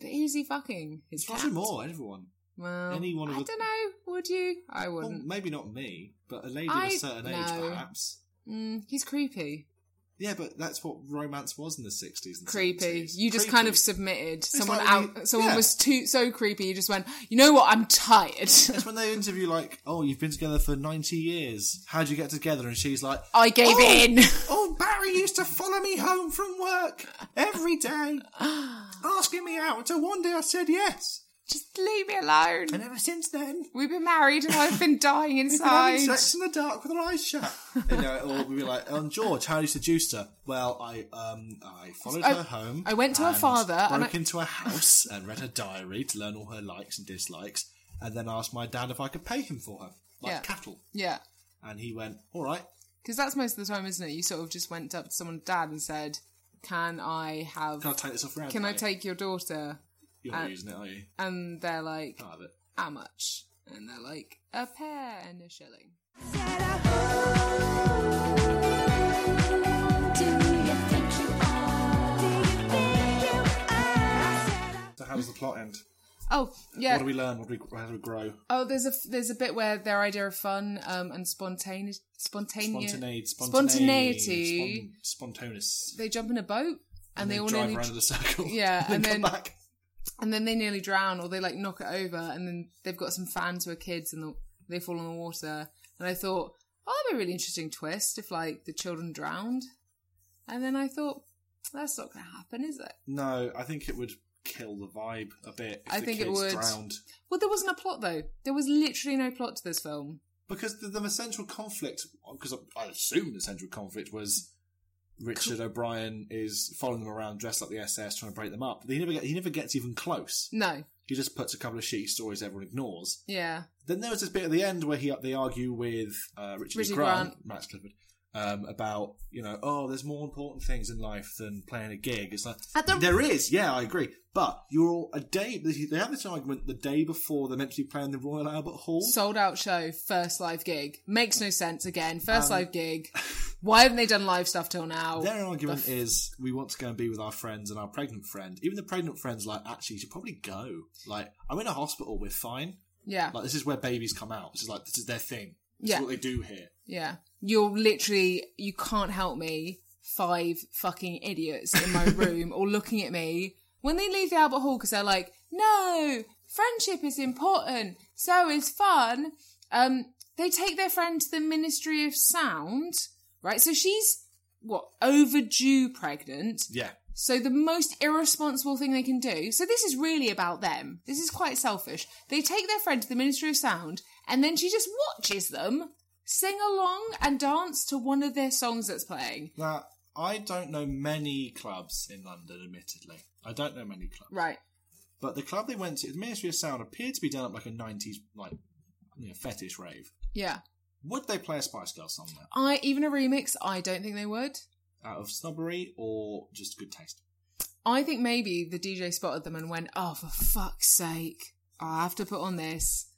But is he fucking his It's Roger cat? Moore, everyone. Well, Any one of I the- don't know. Would you? I Well, wouldn't. Oh, maybe not me, but a lady I- of a certain age, no. perhaps. Mm, he's creepy. Yeah, but that's what romance was in the 60s and creepy. 70s. You just kind of Creepy. submitted. someone like when out. you- someone yeah. was too so creepy. You just went. You know what? I'm tired. It's when they interview like, "Oh, you've been together for ninety years. How'd you get together?" And she's like, I gave "Oh, in. Oh, Barry used to follow me home from work every day, asking me out. Until one day I said yes, Just leave me alone. and ever since then, We've been married and I've been dying we've been having inside. sex in the dark with our eyes shut. you know, or we'd be like, "Oh, George, how you seduced her?" Well, I um, I followed I- her home. I went to her and father broke and I- into her house, and read her diary to learn all her likes and dislikes, and then asked my dad if I could pay him for her, like Yeah. cattle. Yeah. And he went, "All right." Because that's most of the time, isn't it? You sort of just went up to someone's dad and said, Can I have. Can I take this off round? Can I mate? take your daughter? You're not uh, using it, are you? And they're like, Can't have it. How much? And they're like, A pair and a shilling. So how does the plot end? Oh, yeah. What do we learn? What do we? How do we grow? Oh, there's a there's a bit where their idea of fun um, and spontaneous spontaneous Spontaneity. spontaneity. Spon- spontaneous. They jump in a boat and, they all drive nearly around in a circle. Yeah, and then, and come then- back. and then they nearly drown or they like knock it over and then they've got some fans who are kids and the, they fall in the water and i thought oh that'd be a really interesting twist if like the children drowned and then i thought that's not gonna happen is it No, I think it would kill the vibe a bit. If I the think it kids would. Drowned. well there wasn't a plot though there was literally no plot to this film Because the, the central conflict, because I, I assume the central conflict was Richard O'Brien is following them around dressed like the SS, trying to break them up. He never get, he never gets even close. no He just puts a couple of shitty stories everyone ignores. yeah Then there was this bit at the end where he they argue with uh, Richard, Richard E. Grant, Max Clifford, um, about you know, oh, there's more important things in life than playing a gig. It's like At the- there is, yeah, I agree. But you're all a day. They have this argument the day before they're meant to be playing the Royal Albert Hall. sold out show first live gig makes no sense again first live gig why haven't they done live stuff till now their argument is we want to go and be with our friends and our pregnant friend. Even the pregnant friend's like, actually, you should probably go. Like, I'm in a hospital. We're fine. yeah Like, this is where babies come out. This is like this is their thing. This Yeah. is what they do here. Yeah. You're literally, you can't help me. Five fucking idiots in my room all looking at me when they leave the Albert Hall because they're like, no, friendship is important. So is fun. Um, they take their friend to the Ministry of Sound, right? So she's what overdue pregnant. Yeah. So the most irresponsible thing they can do. So this is really about them. This is quite selfish. They take their friend to the Ministry of Sound and then she just watches them sing along and dance to one of their songs that's playing. Now, I don't know many clubs in London, admittedly. I don't know many clubs. Right. But the club they went to, the Ministry of Sound, appeared to be done up like a 90s, like, you know, fetish rave. Yeah. Would they play a Spice Girl song there? I even a remix, I don't think they would. Out of snobbery or just good taste? I think maybe the DJ spotted them and went, Oh for fuck's sake. I have to put on this.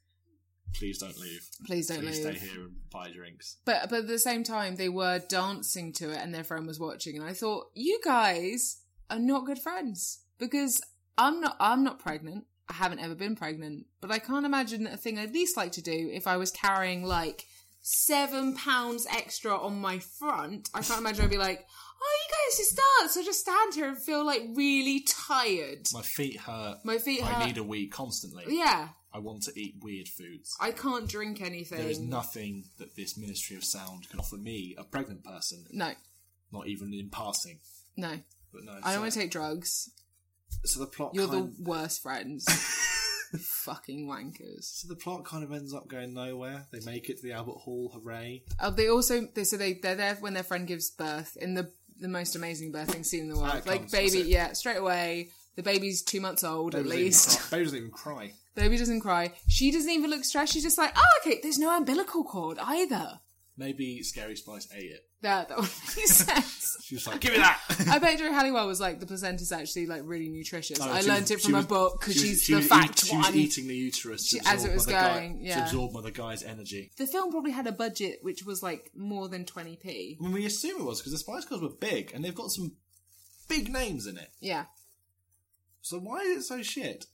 Please don't leave. Please don't Please leave. stay here and buy drinks. But but at the same time, they were dancing to it, and their friend was watching. And I thought, you guys are not good friends because I'm not. I'm not pregnant. I haven't ever been pregnant, but I can't imagine a thing I'd least like to do if I was carrying like seven pounds extra on my front. I can't imagine I'd be like, oh, you guys just dance. I just stand here and feel like really tired. My feet hurt. My feet I hurt. need a wee constantly. yeah, I want to eat weird foods. I can't drink anything. There is nothing that this Ministry of Sound can offer me, a pregnant person, no, not even in passing. no. But no, I so- don't want to take drugs. So the plot You're kind the worst friends. Fucking wankers. So the plot kind of ends up going nowhere. They make it to the Albert Hall, hooray! Oh, they also they, so they they're there when their friend gives birth in the the most amazing birthing scene in the world. it like comes, that's baby, it. yeah, straight away. The baby's two months old at least. Baby doesn't even cry. baby doesn't cry. She doesn't even look stressed. She's just like, oh, okay. There's no umbilical cord either. Maybe Scary Spice ate it. That that would make sense. She was like, "Give me that." I bet Drew Halliwell was like the placenta's actually like really nutritious. No, I she- learnt it she from a was- book because she was- she's she the was fact eat- She one. was eating the uterus to She- as absorb it was Mother Guy- going, to yeah. absorb Mother Guy's energy. The film probably had a budget which was like more than twenty p. I mean, we assume it was because the Spice Girls were big and they've got some big names in it. Yeah. So why is it so shit?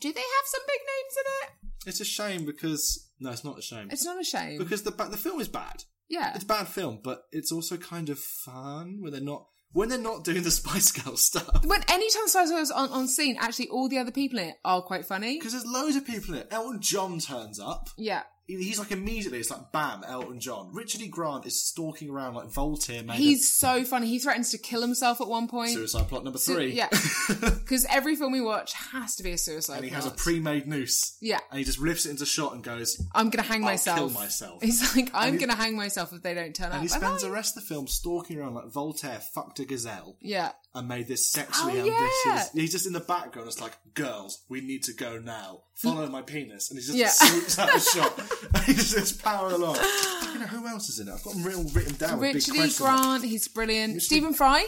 Do they have some big names in It's a shame because no, it's not a shame it? It's not a shame. because the ba- the film is bad. yeah. It's a bad film, but it's also kind of fun when they're not when they're not doing the Spice Girl stuff. When anytime Spice Girls on on scene, actually all the other people in it are quite funny. Because there's loads of people in it. Elton John turns up. Yeah. He- He's like immediately. It's like bam, Elton John. Richard E. Grant is stalking around like Voltaire. Made a He's so funny. He threatens to kill himself at one point. suicide plot number Su- three. yeah. Because every film we watch has to be a suicide. and he plot. has a pre-made noose. Yeah. and he just lifts it into shot and goes. I'm gonna hang I'll myself. kill myself. He's like, I'm he- gonna hang myself if they don't turn And up. he And spends I- the rest of the film stalking around like Voltaire fucked a gazelle. Yeah. and made this sexually Oh, yeah. ambitious. He's just in the background. It's like, girls, we need to go now. Follow my penis, and he just Yeah. swoops out the shot. and he's just powering along. You know, who else is in it? I've got them written, written down. with big Richard E. question marks. Grant, he's brilliant. Richard- Stephen Fry.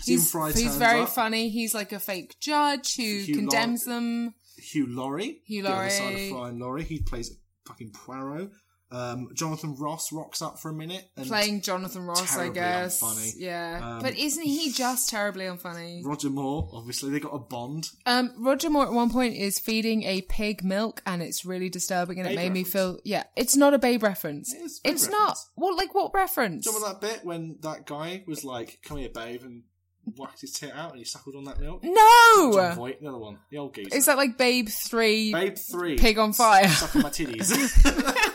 Stephen he's, Fry he's turns very up. funny. He's like a fake judge who Hugh condemns them. Hugh Laurie. Hugh The other side of Laurie. Fry and Laurie. He plays fucking Poirot. Um, Jonathan Ross rocks up for a minute. And Playing Jonathan Ross, I terribly guess. unfunny. Yeah, Um, but isn't he just terribly unfunny? Roger Moore, obviously. They got a bond. Um, Roger Moore at one point is feeding a pig milk, and it's really disturbing, and Babe it made me reference. feel. Yeah, it's not a babe reference. It is a Babe it's not. reference. What like what reference? Do you remember that bit when that guy was like, come here, babe, and whacked his tit out and he suckled on that milk? John No, Voight, another one. The old geezer. is that like Babe Three? Babe three. Pig on fire. Sucking my titties.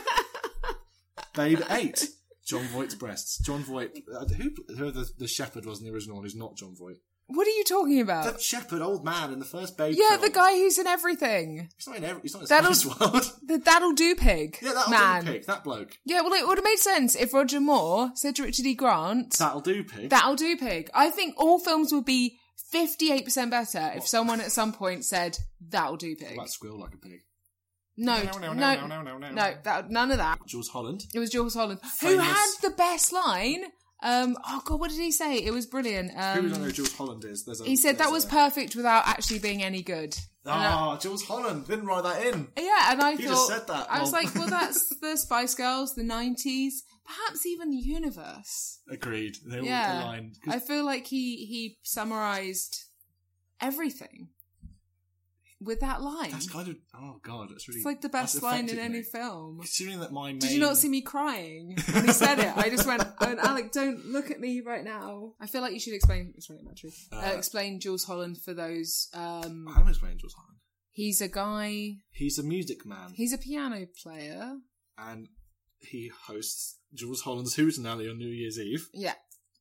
Babe eight. John Voight's breasts. John Voight. Uh, who who the, the shepherd was in the original? Who's not John Voight? What are you talking about? That shepherd, old man in the first Babe. Uh, yeah, film. the guy who's in everything. He's not in every. He's not in That'll- this world. The that'll do pig. yeah, that'll man. do pig. That bloke. Yeah, well, it would have made sense if Roger Moore said to Richard E. Grant, That'll do pig. "That'll do pig." I think all films would be fifty-eight percent better if someone at some point said, "That'll do pig." That squeal like a pig. No, No, no, no, no, no, no, no. no, that, none of that. Jules Holland. It was Jules Holland who Famous. had the best line. Um, oh god, what did he say? It was brilliant. who don't know who Um, Jules Holland is? There's a, he said there's that was a- perfect without actually being any good. And I- Ah, Jules Holland didn't write that in. Yeah, and I He thought just said that. I was Well- like, well, that's the Spice Girls, the '90s, perhaps even the universe. Agreed. They all yeah, aligned. 'Cause I feel like he he summarized everything with that line. That's kind of. Oh god, that's really. It's like the that's best line in affected any me. film. Considering that my main. Did you not see me crying when he said it? I just went, oh, Alec, don't look at me right now. I feel like you should explain. It's really not true. Uh, Uh, explain Jules Holland for those. Um, How much Angels Holland? he's a guy. He's a music man, He's a piano player. and he hosts Jules Holland's Hooten Alley on New Year's Eve, Yeah.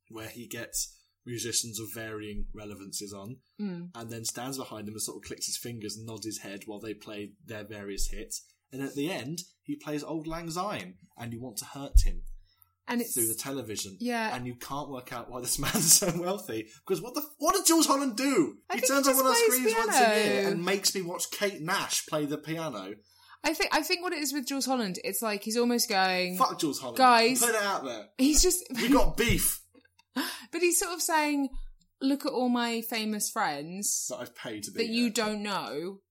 where he gets musicians of varying relevances on, Hmm. and then stands behind them and sort of clicks his fingers and nods his head while they play their various hits. And at the end, he plays Old Lang Syne, and you want to hurt him And it's through the television. Yeah. and you can't work out why this man's so wealthy because what the what did Jules Holland do? I he think he turns up just on our plays screens once a year piano. and makes me watch Kate Nash play the piano. I think I think what it is with Jules Holland, it's like he's almost going. Fuck Jules Holland, Guys. Put it out there. He's just, We got beef but he's sort of saying, "Look at all my famous friends that I've paid to be. that you here. don't know."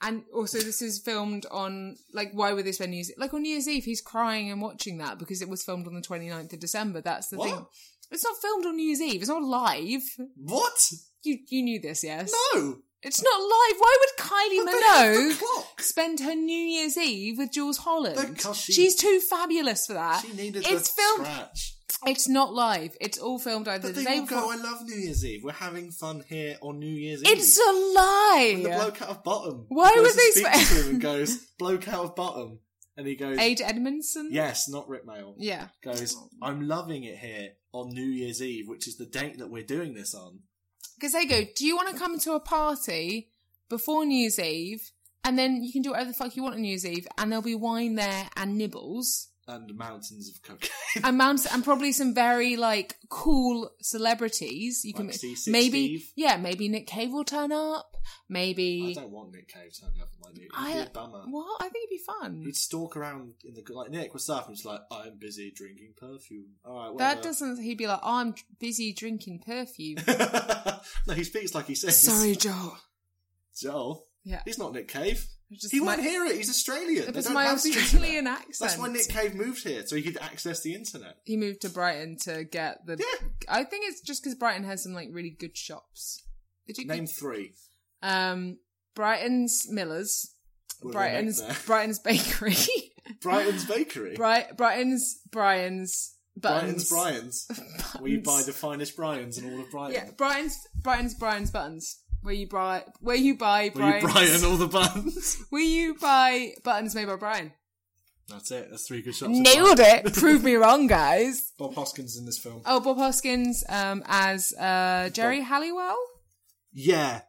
And also, this is filmed on like why would this be New Year's? Like on New Year's Eve, he's crying and watching that because it was filmed on the 29th of December. That's the What? thing. It's not filmed on New Year's Eve. It's not live. What? You you knew this, yes? No. it's not live. Why would Kylie But they have the Minogue clock. spend her New Year's Eve with Jules Holland? Because she- She's too fabulous for that. She needed it's the filmed scratch. It's not live. It's all filmed either But the they day will before. go, I love New Year's Eve. We're having fun here on New Year's Eve. it's a and the lie. bloke out of bottom. Why goes would to they speak spe- to him and goes, bloke out of bottom. And he goes, Ada Edmondson. yes, not Rick Mail. Yeah. Oh, goes, I'm loving it here on New Year's Eve, which is the date that we're doing this on. Because they go, do you want to come to a party before New Year's Eve? And then you can do whatever the fuck you want on New Year's Eve, and there'll be wine there and nibbles, And mountains of cocaine. and mounts, and probably some very like cool celebrities. You can Like C6 maybe, Steve. yeah, maybe Nick Cave will turn up, I Maybe don't want Nick Cage turning up in my new. I- It'd be a bummer. what? I think it'd be fun. He'd stalk around in the like Nick. What's up? And just like I'm busy drinking perfume. All right, That whatever. doesn't. He'd be like, oh, I'm busy drinking perfume. no, he speaks like he says. Sorry, Joel. Joel. Yeah. He's not Nick Cave. It's just he my- won't hear it. He's Australian. It They was don't my have the Australian internet. accent. That's why Nick Cave moved here, so he could access the internet. He moved to Brighton to get the. Yeah. I think it's just because Brighton has some like really good shops. Did you Name three. Um, Brighton's Millers, What do they make Brighton's there? Brighton's Bakery, Brighton's Bakery. Bright Brighton's Brian's Buttons. Brighton's Brian's. Where you buy the finest Brian's in all of Brighton. Yeah, Brighton's Brighton's Brian's Buttons. Where you buy where you buy Where Brian's you Brian all the buns. where you buy buttons made by Brian. That's it. That's three good shots. at Nailed Brian. it. Prove me wrong, guys. Bob Hoskins in this film. Oh, Bob Hoskins um, as uh, Jerry Halliwell. Yeah,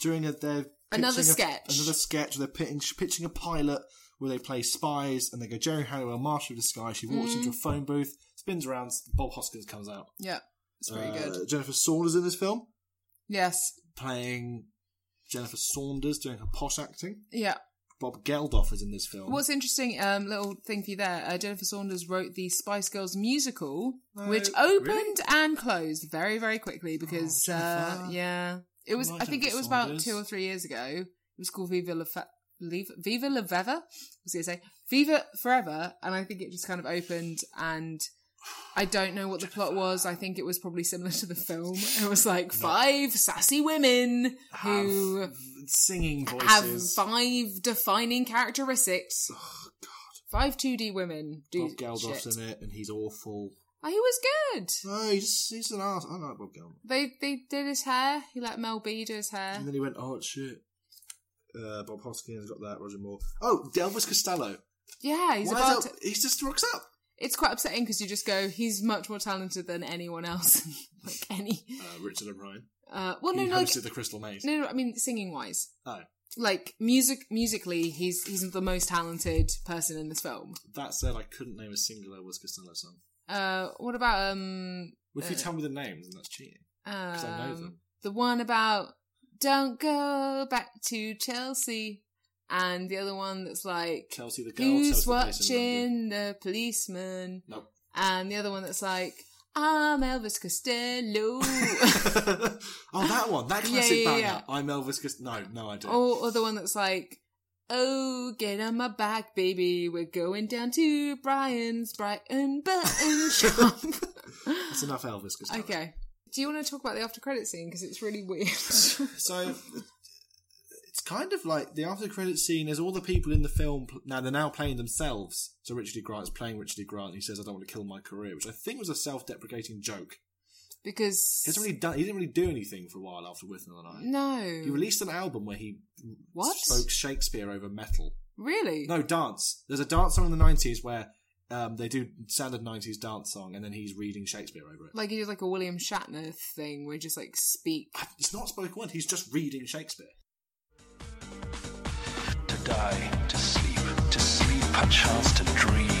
during a, they're Another pitching a- sketch. another sketch. They're pitching, pitching a pilot where they play spies, and they go Jerry Halliwell, Master of the Sky. She walks into a Mm. phone booth, spins around. Bob Hoskins comes out. Yeah, it's pretty Uh, good. Jennifer Saunders in this film, Yes. playing Jennifer Saunders doing her posh acting. Yeah. Bob Geldof is in this film. What's interesting, um, little thing for you there, uh, Jennifer Saunders wrote the Spice Girls musical, which Oh, opened really? and closed very, very quickly because, Oh, uh, Jennifer. yeah. It was, Right, I think it Jennifer was about Saunders. two or three years ago. It was called Viva La, Fe- Leave- Viva La Veva. I was going to say Viva Forever. And I think it just kind of opened and I don't know what the plot was. I think it was probably similar to the film. It was like five sassy women Have who singing have voices? Oh, five defining characteristics. Five 2D women do Bob Geldof's shit. in it, and he's awful. Oh, he was good. No, he's he's an ass. I like Bob Geldof. They they did his hair. He let Mel B do his hair. And then he went, oh shit. Uh, Bob Hoskins got that. Roger Moore. Oh, Elvis Costello. Yeah, he's Why about. is To, that- he just rocks up. it's quite upsetting because you just go. He's much more talented than anyone else. like any. Uh, Richard O'Brien. Uh, well, no, he no, like, hosted the Crystal Maze. no, no. I mean, singing wise, Oh, like music, musically, he's he's the most talented person in this film. that said, I couldn't name a single Elvis Costello song. Uh, what about um Well, if you tell me the names, then that's cheating. Um, I know them. The one about don't go back to Chelsea, and the other one that's like Chelsea the girl. Chelsea who's Place in London. watching the policeman, Nope. and the other one that's like I'm Elvis Costello, oh, that one. That Yeah, classic yeah, banger. yeah. I'm Elvis Costello. No, no, I don't. or, or the one that's like. Oh, get on my back, baby. We're going down to Brian's Brighton Button Shop. That's enough Elvis Costello. okay. Do you want to talk about the after credit scene? Because it's really weird. So it's kind of like the after credit scene is all the people in the film pl- now they're now playing themselves. So Richard E. Grant's playing Richard E. Grant. And he says, "I don't want to kill my career," which I think was a self-deprecating joke. because He hasn't really done. He didn't really do anything for a while after With and I. No. He released an album where he What? spoke Shakespeare over metal. really? No dance. There's a dance song in the '90s where um, they do standard '90s dance song, and then he's reading Shakespeare over it. Like you did like a William Shatner thing where you just like speak. It's not spoken word. He's just reading Shakespeare. to die, to sleep, to sleep, perchance to dream.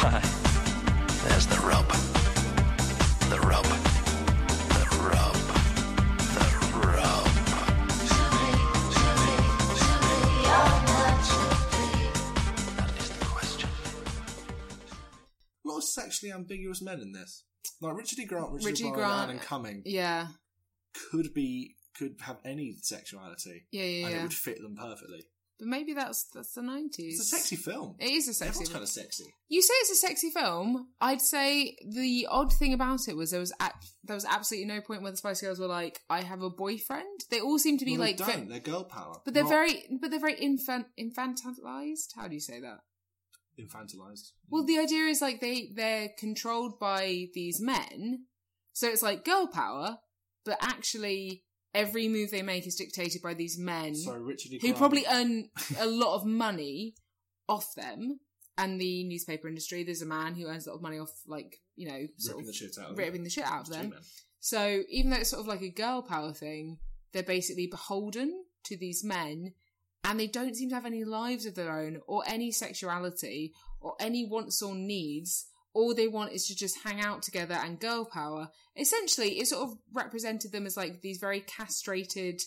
Why, there's the rub, the rub, the rub, the rub. That is the question. A lot of sexually ambiguous men in this. Like Richard E. Grant, Richard, Richie Richard Grant uh, and Cumming Yeah. could be could have any sexuality. Yeah, yeah, And yeah. it would fit them perfectly. But maybe that's that's the nineties. It's a sexy film. It is a sexy Everyone's film. kind of sexy. You say it's a sexy film. I'd say the odd thing about it was there was at, there was absolutely no point where the Spice Girls were like, "I have a boyfriend." They all seem to be Well, like, they ve- don't. They're girl power. but they're not very, but they're very infant infantilized. How do you say that? infantilized. Well, the idea is like they they're controlled by these men, so it's like girl power, but actually every move they make is dictated by these men so Richard E. who Grant, probably earn a lot of money off them. And the newspaper industry, there's a man who earns a lot of money off, like you know, sort ripping of the shit out of ripping the shit out of Two them. men. So even though it's sort of like a girl power thing, they're basically beholden to these men and they don't seem to have any lives of their own or any sexuality or any wants or needs. All they want is to just hang out together and girl power. Essentially, it sort of represented them as like these very castrated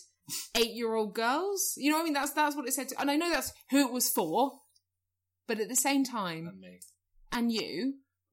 eight year old girls. You know what I mean? That's that's what it said. To, and I know that's who it was for, but at the same time, and me. and you.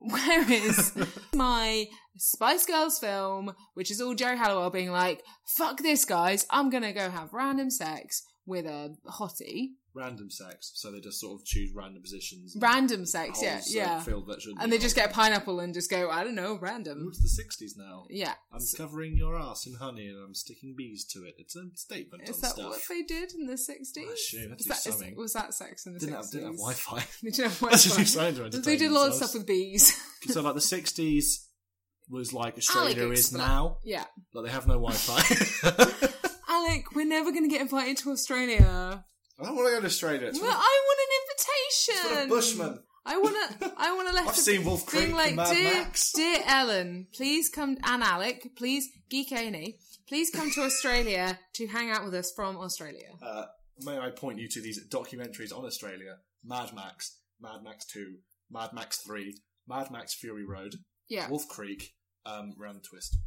Where is my Spice Girls film, which is all Jerry Halliwell being like, fuck this, guys, I'm gonna go have random sex with a hottie. Random sex, so they just sort of choose random positions. Random sex, yeah, holes that yeah. Feel that shouldn't And be they just holes. get a pineapple and just go, I don't know, random. It's the sixties now. Yeah. I'm So- covering your ass in honey and I'm sticking bees to it. It's a statement Is on that stuff. Oh, what they did in the 60s? I assume, that's Was that- is- something. was that sex in the didn't 60s? have, didn't have Wi-Fi. They didn't have That's just Wi-Fi. who signed around to They did a time lot of themselves. stuff with bees. so like the sixties was like Australia Alec is explain- now. yeah. Like they have no Wi-Fi. Alec, we're never going to get invited to Australia. I don't want to go to Australia. It's Well, I want an invitation. What a bushman. I want to. I want to let. I've seen Wolf Creek and Being like, Mad dear, Max." dear Ellen, please come and Alec, please geek A&E, please come to Australia to hang out with us from Australia. uh, may I point you to these documentaries on Australia: Mad Max, Mad Max Two, Mad Max Three, Mad Max Fury Road, Yeah, Wolf Creek, um, Round the Twist.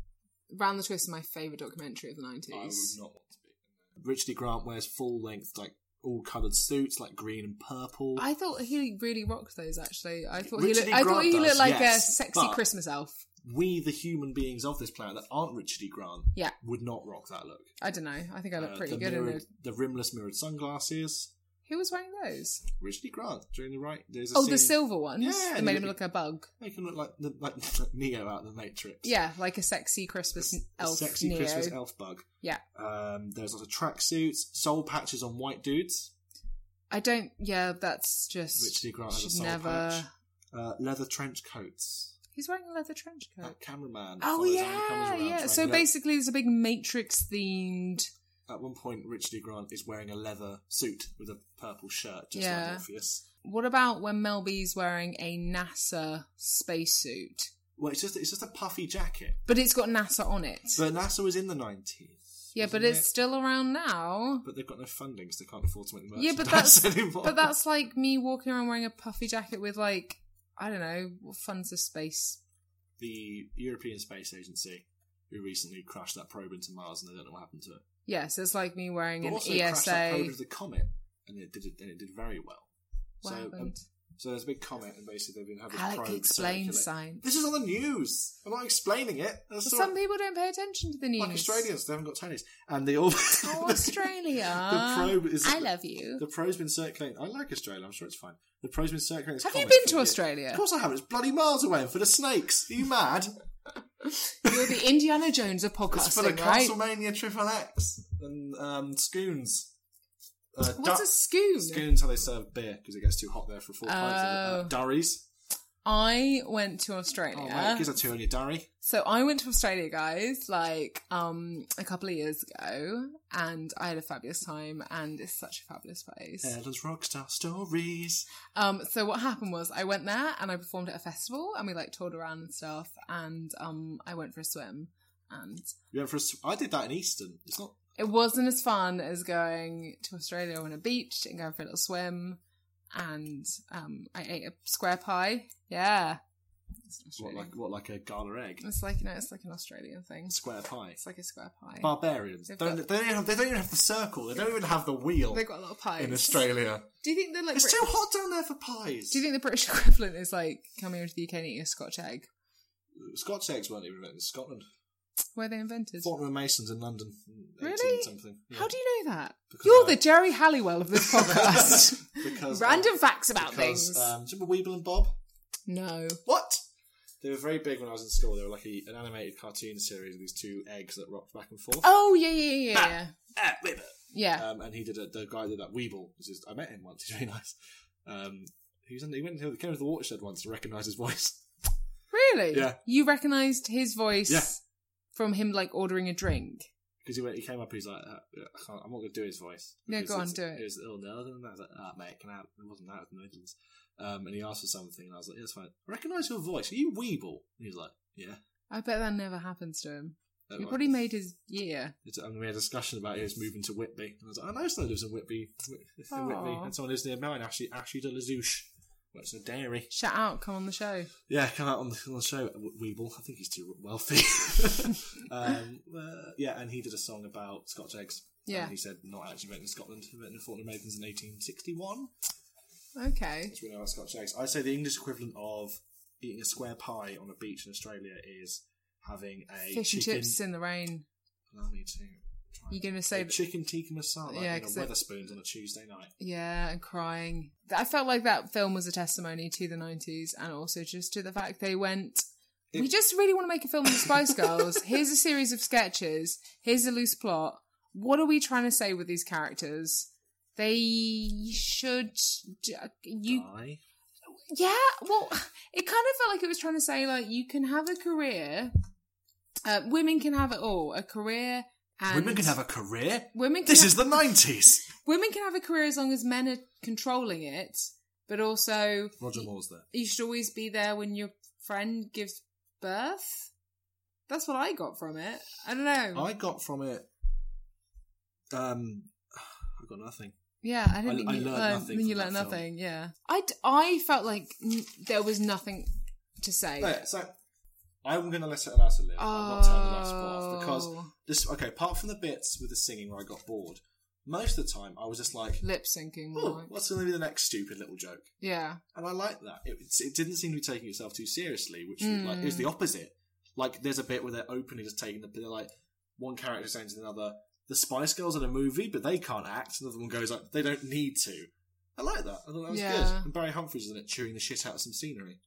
Round the Twist is my favorite documentary of the nineties. I would not want to be. Richard E. Grant wears full length, like all coloured suits, like green and purple. I thought he really rocked those. Actually, I thought Richard he E. looked. I thought Grant he does, looked like a yes, sexy but- Christmas elf. we, the human beings of this planet that aren't Richard E. Grant, Yeah. would not rock that look. I don't know. I think I looked Uh, pretty the good in mirrored- it. The rimless mirrored sunglasses. Who was wearing those? Richard E. Grant during the right. There's a Oh, scene, the silver ones. Yeah, that made you- him look like a bug. Make him look like the, like Neo out of the Matrix. Yeah, like a sexy Christmas A elf. sexy Neo. Christmas elf bug. Yeah, Um, there's lots of tracksuits, soul patches on white dudes. I don't. Yeah, that's just. Richard E. Grant has a should soul never. patch. Uh, leather trench coats. He's wearing a leather trench coat. That cameraman. Oh follows him and comes yeah, around yeah. trying So to get- basically, there's a big Matrix themed. At one point, Richard E. Grant is wearing a leather suit with a purple shirt, just Yeah. like Morpheus. What about when Mel B's wearing a NASA spacesuit, Well, it's just it's just a puffy jacket. but it's got NASA on it? But NASA was in the nineties. yeah, but it's still around now. But they've got no funding, so they can't afford to make the yeah, merchandise but that's anymore. but that's like me walking around wearing a puffy jacket with like I don't know what funds of space. the European Space Agency, who recently crashed that probe into Mars, and they don't know what happened to it. Yes, it's like me wearing But an also E crashed that probe ESA. into the comet, and it did it, and it did very well. What so, um, happened? so there's a big comet, and basically they've been having Alec, probe explain circulate. science. This is on the news. I'm not explaining it. That's But all right. some people don't pay attention to the news. Like Australians, they haven't got tennies, and they all. Oh, Australia! the probe is. I love you. The probe's been circulating. I like Australia. I'm sure it's fine. The probe's been circulating. this Have you comet been for to years. Australia? Of course I have. It's bloody miles away and for the snakes. Are you mad? You're the Indiana Jones of It's for the podcasting, right? Castlevania Triple X and um, scoons. Uh, What's du- a scoon? Scoons how they serve beer because it gets too hot there for four pints. of it. Oh. Uh, durries. I went to Oh, Australia. mate, gives a two on your durry. So I went to Australia, guys, like um a couple of years ago, and I had a fabulous time, and it's such a fabulous place. Ellen's Rockstar Stories. Um, so what happened was I went there and I performed at a festival, and we like toured around and stuff, and um I went for a swim, and You went for a sw- I did that in Easton. It's not. it wasn't as fun as going to Australia on a beach and going for a little swim, and um I ate a square pie. Yeah, It's an What Australian like what like a gala egg? It's like you know, it's like an Australian thing. Square pie. It's like a square pie. Oh, Barbarians. They've Don't, got- they, don't even have, they don't even have the circle. They don't even have the wheel They've got a lot of pies in Australia. Do you think they're like? It's Brit- too hot down there for pies. Do you think the British equivalent is like coming over to the UK and eating a Scotch egg? Scotch eggs weren't even invented in Scotland. Where they invented? Fortnum and Masons in London. 18 Really? Something. How do you know that? Because You're I- the Jerry Halliwell of this podcast. Because, uh, Random facts about because, things. Um, do you remember Weeble and Bob? no. What? They were very big when I was in school. They were like a, an animated cartoon series of these two eggs that rocked back and forth. Oh yeah yeah yeah yeah. Ah, Weeble. yeah. Um, and he did a, the guy did that Weeble. This is- I met him once. He's very nice. Um, he was in, he went to, came to the watershed once to recognise his voice. really? yeah. You recognised his voice Yeah. from him like ordering a drink. Because he went, he came up, he's like, uh, I can't, I'm not going to do his voice. No, because go on, it's- do it. It was a little nerve, and I was like, ah, mate, can I? It wasn't that, it was Merchants. Um, and he asked for something, and I was like, yeah, that's fine. I recognise your voice. Are you Weeble? And he was like, "Oh, yeah. I bet that never happens to him. And He like, probably made his year. it's- and we had a discussion about his moving to Whitby. And I was like, I know someone lives in Whitby. In Whitby. Aw. And someone lives near mine, Ashley, Ashley de Lazouche. Works in a dairy. Shout out! Come on the show. Yeah, come out on the, on the show, Weeble. I think he's too wealthy. um, uh, yeah, and he did a song about Scotch eggs. Yeah. And he said not actually written in Scotland, written in Fortnum Maidens in 1861. Okay. That's what we know about Scotch eggs. I say the English equivalent of eating a square pie on a beach in Australia is having a Fish and chicken. chips in the rain. Allow me to. try You're gonna and- say- a chicken tikka masala Yeah, in a 'cause it- Weatherspoons on a Tuesday night. Yeah, and crying. I felt like that film was a testimony to the 90s and also just to the fact they went, we just really want to make a film of the Spice Girls. Here's a series of sketches. Here's a loose plot. What are we trying to say with these characters? They should. You Die. yeah, well, it kind of felt like it was trying to say like you can have a career. Uh, women can have it all: a career and Women can have a career. Women can This have- is the 90s. women can have a career as long as men are controlling it. But also, Roger Moore's there. you should always be there when your friend gives birth. That's what I got from it. I don't know. I got from it. Um, I got nothing. Yeah, I I- don't think I you learned learn. nothing then you from learn that film. nothing. Yeah, I, d- I felt like n- there was nothing to say. No, so I'm going to let it allow to live. I'm not turning the last part off because Oh. this. Okay, apart from the bits with the singing where I got bored, most of the time I was just like, Lip syncing, more "Oh, like. what's going to be the next stupid little joke?" yeah. And I like that. It, it's- it didn't seem to be taking itself too seriously, which was like is the Hmm. opposite. Like there's a bit where they're openly just taking the they're like one character saying to another, "The Spice Girls in a movie, but they can't act." Another one goes like, "They don't need to." I like that. I thought that was Yeah. good. And Barry Humphries is in it chewing the shit out of some scenery.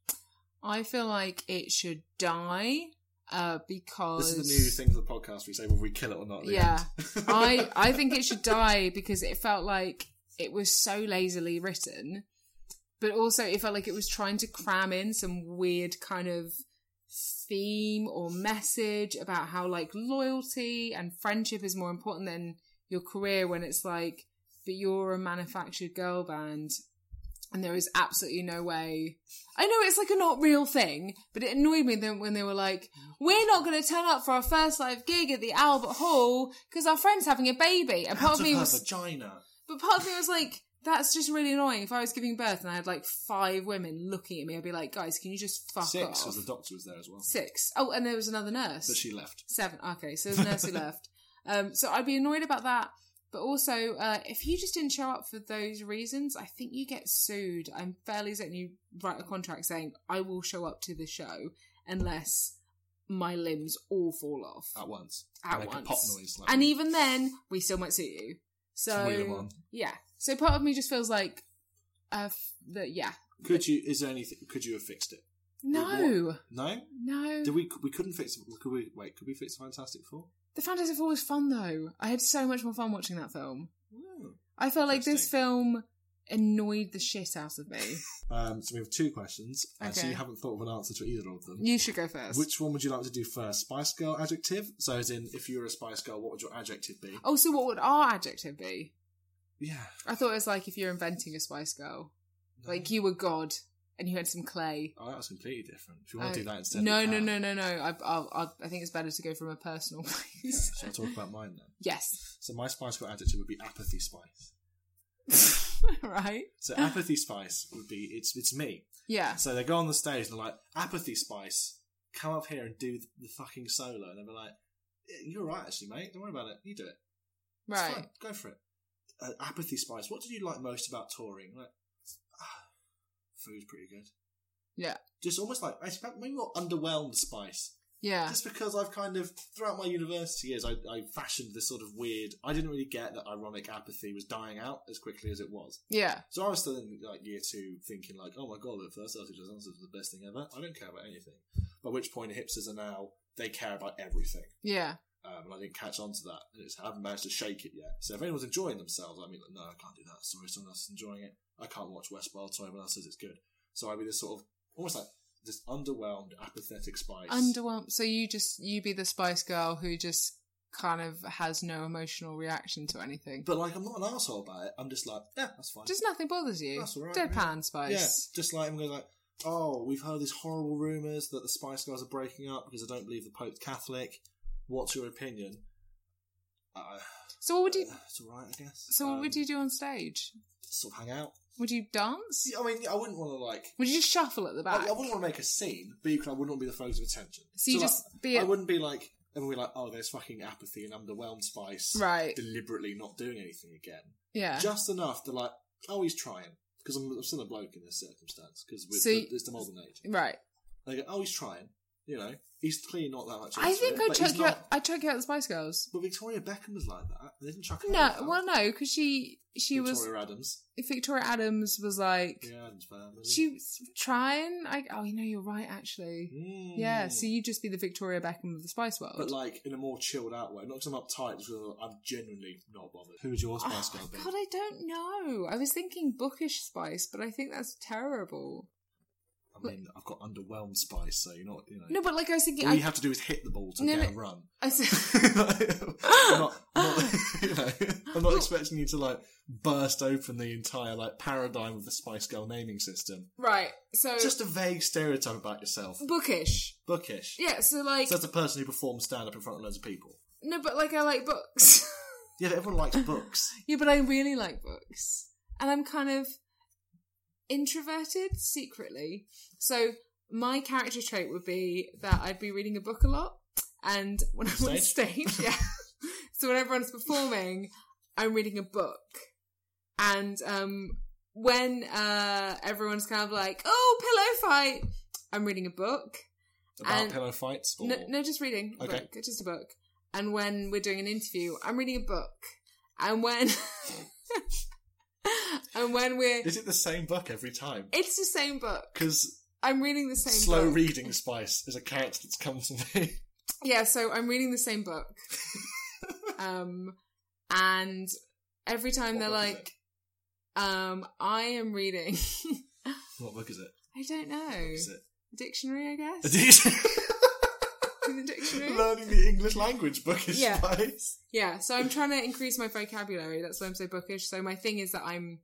I feel like it should die uh, because This is the new thing for the podcast. We say, "Will we kill it or not?" at the Yeah, end. I I think it should die because it felt like it was so lazily written, but also it felt like it was trying to cram in some weird kind of theme or message about how like loyalty and friendship is more important than your career when it's like but you're a manufactured girl band and there is absolutely no way I know it's like a not real thing, but it annoyed me then when they were like, "We're not going to turn up for our first live gig at the Albert Hall because our friend's having a baby." And part Out of of me her was, vagina. but part of me was like, "That's just really annoying." If I was giving birth and I had like five women looking at me, I'd be like, "Guys, can you just fuck Six, off?" because the doctor was there as well, Six. Oh, and there was another nurse. but she left. Seven. Okay, so there's a nurse who left. Um, so I'd be annoyed about that. But also, uh, if you just didn't show up for those reasons, I think you get sued. I'm fairly certain you write a contract saying, I will show up to the show unless my limbs all fall off at once. at Make once. a pop noise. Oh, Like and even then, we still might sue you. Wheel them So, on. yeah. So part of me just feels like, uh, f- that, yeah. could you? Is there anything? Could you have fixed it? No, What? No. no. Did we? We couldn't fix. Could we? Wait. Could we fix Fantastic Four? The Fantastic Four was fun though. I had so much more fun watching that film. No. I felt like this Interesting. film annoyed the shit out of me. Um, so we have two questions, and so Okay. you haven't thought of an answer to either of them. you should go first. Which one would you like to do first? Spice Girl adjective. So, as in, if you were a Spice Girl, what would your adjective be? oh, so what would our adjective be? Yeah. I thought it was like if you're inventing a Spice Girl, No. like you were God and you had some clay. Oh, that was completely different. If you want Oh, to do that instead, No, we no, can. no, no, no. I, I'll, I'll, I think it's better to go from a personal place. Shall I talk about mine then? yes. So, my Spice Girl adjective would be apathy spice. right. So, apathy spice would be it's it's me. Yeah. So they go on the stage and they're like, Apathy Spice, come up here and do th- the fucking solo. And they're like, "Yeah, You're right, actually, mate. Don't worry about it. You do it. It's Right. fine. Go for it. Uh, Apathy Spice, what did you like most about touring? Like, "Ah, food's pretty good. Yeah. Just almost like, I expect maybe more underwhelmed Spice. Yeah. Just because I've kind of, throughout my university years, I, I fashioned this sort of weird, I didn't really get that ironic apathy was dying out as quickly as it was. Yeah. So I was still in like year two, thinking like, "Oh my god, the first artificial answers was the best thing ever." I don't care about anything. By which point, hipsters are now they care about everything, Yeah. um, and I didn't catch on to that. And it's, I haven't managed to shake it yet. So if anyone's enjoying themselves, I mean, like, no, I can't do that. Sorry, someone else is enjoying it. I can't watch Westworld. So everyone else says it's good. So I'd be this sort of almost like this underwhelmed, apathetic spice. Underwhelmed. So you just you be the Spice Girl who just kind of has no emotional reaction to anything. but like, I'm not an asshole about it. I'm just like, yeah, that's fine. Just nothing bothers you. That's all right, Deadpan Yeah, spice. just like I'm going like, oh, we've heard these horrible rumours that the Spice Girls are breaking up because I don't believe the Pope's Catholic. What's your opinion? Uh, So what would you? it's all right, I guess. So what Um, would you do on stage? Sort of hang out. Would you dance? See, I mean, I wouldn't want to like. Would you just shuffle at the I, I back? wouldn't want to make a scene, but you can, I wouldn't want to be the focus of attention. So you just like, be a- I wouldn't be like, everyone will be like, oh, there's fucking apathy and underwhelmed Spice Right. deliberately not doing anything again. Yeah. Just enough to like, oh, he's trying. Because I'm, I'm still a bloke in this circumstance, because So you- it's the modern age. right. They go, oh, he's trying. You know, he's clearly not that much. I into think it, I'd but he's chuck you not- out, I'd chuck you out the Spice Girls. But Victoria Beckham was like that. They didn't chuck her No, out like that. well, no, because she she Victoria Adams. was Victoria Adams was like Yeah, Adams family. she was trying. I, oh, you know, you're right, actually. Mm. Yeah, so you'd just be the Victoria Beckham of the Spice world. But like in a more chilled out way, not some uptight. Just because I'm genuinely not bothered. Who would your Spice Girl Oh, be? God, I don't know. I was thinking bookish spice, but I think that's terrible. I mean, I've got underwhelmed Spice, so you're not. You know, No, but like I was thinking, all I, you have to do is hit the ball to No, get no. Ah. a run. I said, I'm not, I'm not- you know, I'm not expecting you to like burst open the entire like paradigm of the Spice Girl naming system. right. So Just a vague stereotype about yourself. bookish. Bookish. Yeah. So like So that's a person who performs stand up in front of loads of people. no, but like I like books. Yeah, but everyone likes books. yeah, but I really like books, and I'm kind of introverted secretly. So my character trait would be that I'd be reading a book a lot, and when I'm on Stage? stage, yeah. so when everyone's performing, I'm reading a book, and um, when uh, everyone's kind of like, "Oh, pillow fight," I'm reading a book. About And- pillow fights? Or... No, no, just reading a Okay. book, just a book. And when we're doing an interview, I'm reading a book. And when and when we're, Is it the same book every time? it's the same book. Because I'm reading the same slow book. reading Spice is a character that's come to me. yeah, so I'm reading the same book. um, and every time What they're book is like, um, I am reading. What book is it? I don't know. Is it? Dictionary, I guess. Is the it? dictionary. Learning the English language book is Yeah. Spice. Yeah, so I'm trying to increase my vocabulary. That's why I'm so bookish. So my thing is that I'm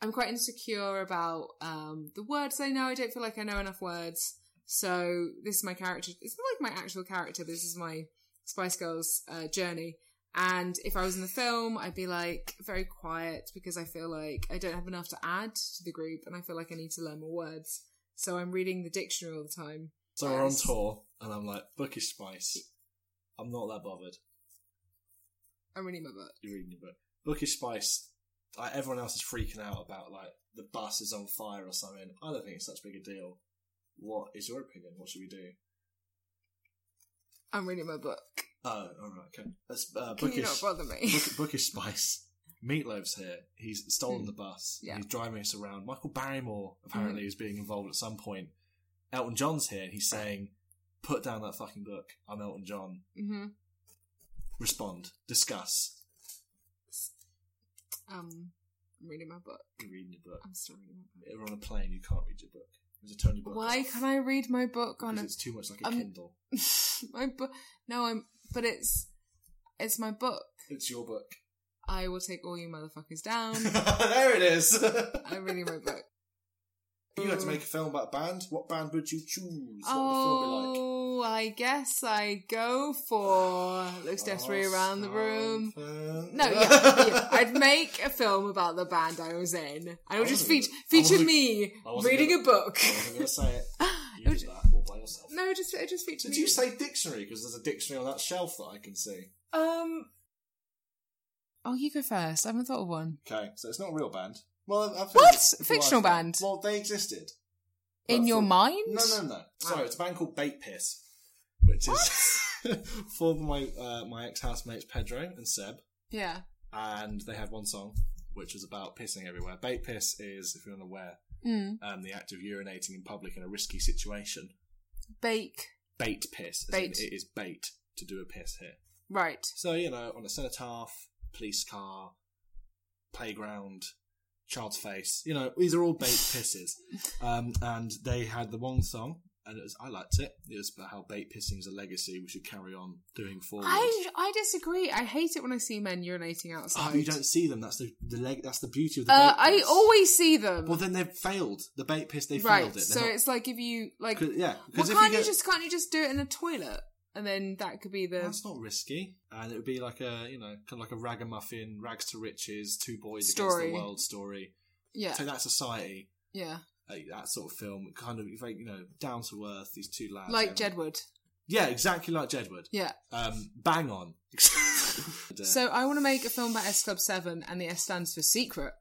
I'm quite insecure about um, the words I know. I don't feel like I know enough words. So this is my character. It's not like my actual character, but this is my Spice Girls uh, journey. And if I was in the film, I'd be like very quiet because I feel like I don't have enough to add to the group, and I feel like I need to learn more words. So I'm reading the dictionary all the time. So we're on Yes. tour, and I'm like, bookish Spice. I'm not that bothered. I'm reading my book. You're reading your book. Bookish Spice. Like, everyone else is freaking out about like the bus is on fire or something. I don't think it's such a big a deal. What is your opinion? What should we do? I'm reading my book. Oh, all right, okay. That's uh, Can bookish. you not bother me? Book, bookish Spice. Meatloaf's here. He's stolen the bus. Hmm. Yeah. Hmm. He's driving us around. Michael Barrymore apparently is being involved at some point. Elton John's here, and he's saying, "Put down that fucking book. I'm Elton John. hmm Respond. Discuss. Um, I'm reading my book. You're reading your book. I'm still reading my book. You're on a plane. You can't read your book. There's a turn your book. Why off. can I read my book on Because a it's too much like a um, Kindle. my book? No, I'm. But it's it's my book. It's your book. I will take all you motherfuckers down. there it is. I'm reading my book. you had to make a film about a band. What band would you choose? What would the film be like? Oh, I guess I go for looks desperately around the room. No, yeah, yeah. I'd make a film about the band I was in. And it would just wasn't- feature, I feature wasn't- me I wasn't reading gonna- a book. I wasn't going to say it. You It would did ju- that all by yourself. no, it just it just featured Did me. you say dictionary? Because there's a dictionary on that shelf that I can see. Um. Oh, you go first. I haven't thought of one. Okay, so it's not a real band. Well, I've What? it's- it's Fictional a band? Well, they existed. In But your for- mind? No, no, no. Sorry, it's a band called Bait Piss, which is formed by my uh, my ex housemates Pedro and Seb, Yeah. and they had one song which was about pissing everywhere. Bait Piss is, if you're unaware, Mm. um, the act of urinating in public in a risky situation. Bake. Bait piss. as in Bait. It is bait to do a piss here. Right. So, you know, on a cenotaph, police car, playground, child's face, you know, these are all bait pisses. Um, and they had the one song, and it was, I liked it. It was about how bait pissing is a legacy we should carry on doing forward. I I disagree. I hate it when I see men urinating Oh, outside. you don't see them. That's the, the leg. That's the beauty of the. uh, bait I piss. always see them. Well, then they've failed. The bait piss, they right. failed it. so They're not- it's like if you like. 'Cause- yeah, Well, 'cause if you can't you, get- just can't you just do it in a toilet and then that could be the That's not risky, and it would be like a you know kind of like a ragamuffin, rags to riches, two boys Story. against the world story. yeah So that society, yeah uh, that sort of film, kind of very you know down to earth. These two lads, like having- Jedward. Yeah, exactly like Jedward. Yeah. Um, bang on. So I want to make a film about S Club 7 and the S stands for secret.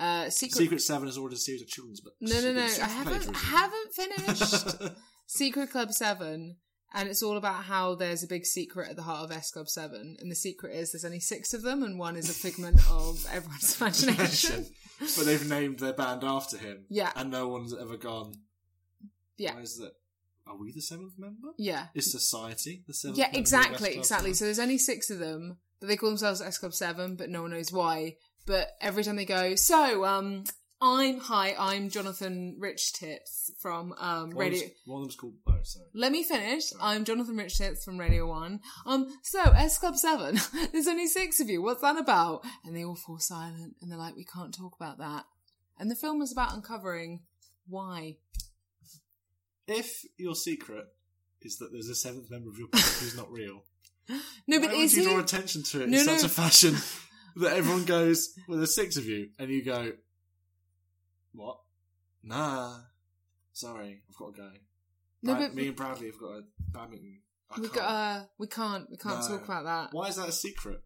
Uh, secret. Secret Seven has ordered a series of children's books. No, no, no. It's I haven't, plagiarism. haven't finished Secret Club 7. And it's all about how there's a big secret at the heart of S Club 7. And the secret is there's only six of them, and one is a figment of everyone's imagination. but they've named their band after him. Yeah. And no one's ever gone. Yeah. Why is that? Are we the seventh member? Yeah. Is society the seventh? Yeah, member of West exactly, Club? exactly. So there's only six of them, but they call themselves S Club Seven, but no one knows why. But every time they go, so um, I'm hi, I'm Jonathan Rich Tips from One um of Radio. them's- One of them's called. Oh, sorry. Let me finish. I'm Jonathan Rich Tips from Radio One. Um, so S Club Seven, there's only six of you. What's that about? And they all fall silent, and they're like, we can't talk about that. And the film is about uncovering why. If your secret is that there's a seventh member of your band who's not real, No, why but would is you he? draw attention to it No, in no. such a fashion that everyone goes, "Well, there's six of you," and you go, "What? Nah, sorry, I've got to go." No, Brad- but- me and Bradley have got a badminton. I we can't. got. Uh, we can't. We can't No. talk about that. Why is that a secret?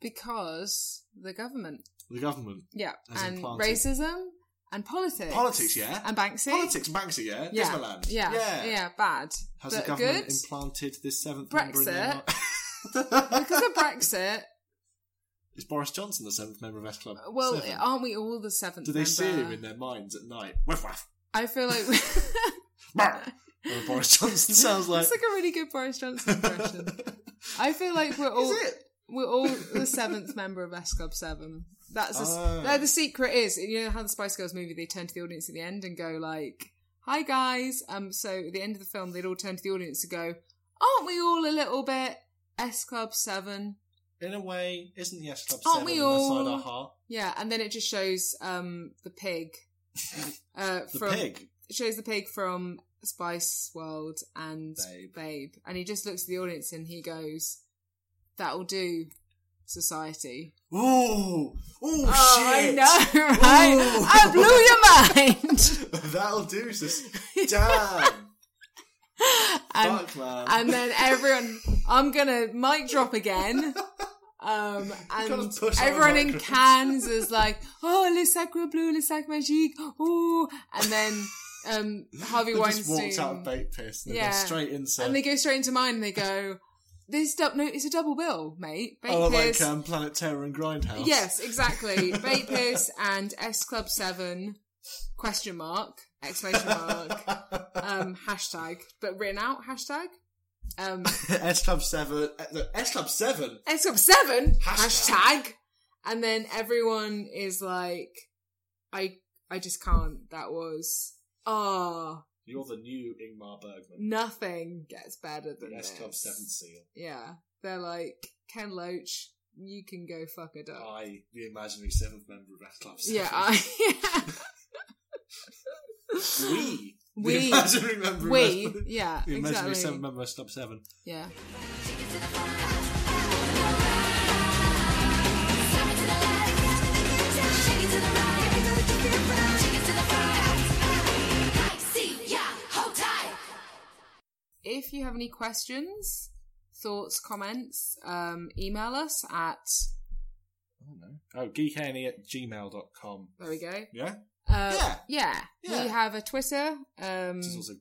Because the government, The government. yeah, As and implanted. racism and politics, Politics, yeah. and Banksy, Politics, Banksy, yeah? yeah, Disneyland. yeah, yeah. yeah, bad. Has but the government good implanted this seventh member? Brexit. in their li- because of Brexit. Is Boris Johnson the seventh member of S Club? Well, Seven. are aren't we all the seventh? do they see him member? in their minds at night? Whiff waff. I feel like Brr. Or Boris Johnson sounds like. it's like a really good Boris Johnson impression. I feel like we're all it? we're all the seventh member of S Club Seven. That's the, Oh. no, the secret is you know how the Spice Girls movie they turn to the audience at the end and go like, "Hi guys." Um, so at the end of the film they'd all turn to the audience and go, "Aren't we all a little bit S Club 7? In a way, isn't the S Club Aren't seven we inside all- our heart? Yeah, and then it just shows um the pig. Uh, The from, pig. It shows the pig from Spice World and Babe. and he just looks at the audience and he goes, "That'll do, society." Ooh. Ooh, Oh, I Oh, shit. know, right? Ooh. I blew your mind. That'll do, sis. Damn. and, Fuck, man. and then everyone, I'm gonna mic drop again. Um, gotta and push on everyone the in microphone. Cannes is like, "Oh, le sacre bleu, le sacre magique." Ooh, and then um, Harvey they just Weinstein walked out of bait piss and they Yeah. gone straight inside. and they go straight into mine and they go, "This dub- no, it's a double bill, mate. Bait oh, Pierce, like um, Planet Terror and Grindhouse. yes, exactly. Bait Pierce and S Club Seven question mark exclamation mark um, hashtag, but written out hashtag. Um, S Club Seven. uh, no, S Club Seven. S Club Seven Hashtag. hashtag. and then everyone is like, "I, I just can't. That was ah, You're the new Ingmar Bergman. nothing gets better than S Club this." Seven Seal. Yeah, they're like Ken Loach. You can go fuck a duck. I, the imaginary seventh member of S Club Oh, Seven. yeah, I, we. The We. imaginary member. of yeah, we, S- yeah, The imaginary exactly. seventh member of S Club Seven. Yeah. If you have any questions, thoughts, comments, um, email us at I don't know. Oh, geekany at gmail.com. there we go. Yeah. Uh, yeah. Yeah. We have a Twitter, um, This is also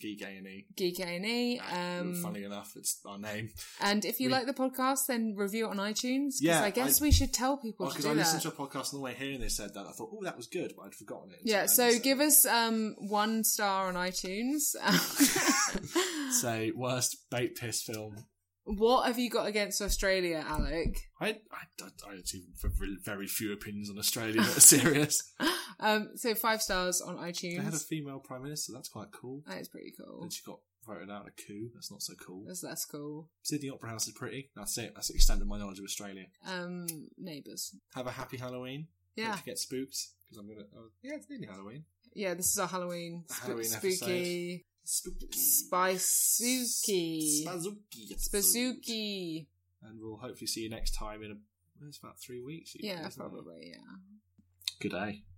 Geek A&E. Geek A&E. Um, Funny enough, it's our name. and if you We- like the podcast, then review it on iTunes. 'cause Yeah, I guess I- we should tell people to Because do Oh, I that. listened to a podcast on the way here and they said that. I thought, oh, that was good, but I'd forgotten it. Yeah, so give us um, one star on iTunes. Say, worst bait piss film. what have you got against Australia, Alec? I, I, I, I actually have very, very few opinions on Australia that are serious. Um, so five stars on they had a iTunes. female prime minister, that's quite cool. That is pretty cool. And she got voted out in a coup, that's not so cool. That's less cool. Sydney Opera House is pretty. That's it. That's the extent of my knowledge of Australia. Um, neighbours. Have a happy Halloween. Yeah, Don't you get spooked because I'm gonna. Oh, yeah, it's nearly Halloween. yeah. This is our Halloween, sp- Halloween spooky, Spooky. spicy, Spazuki. spooky. And we'll hopefully see you next time in a. well, It's about three weeks. Yeah, isn't it? probably. Yeah. Good day.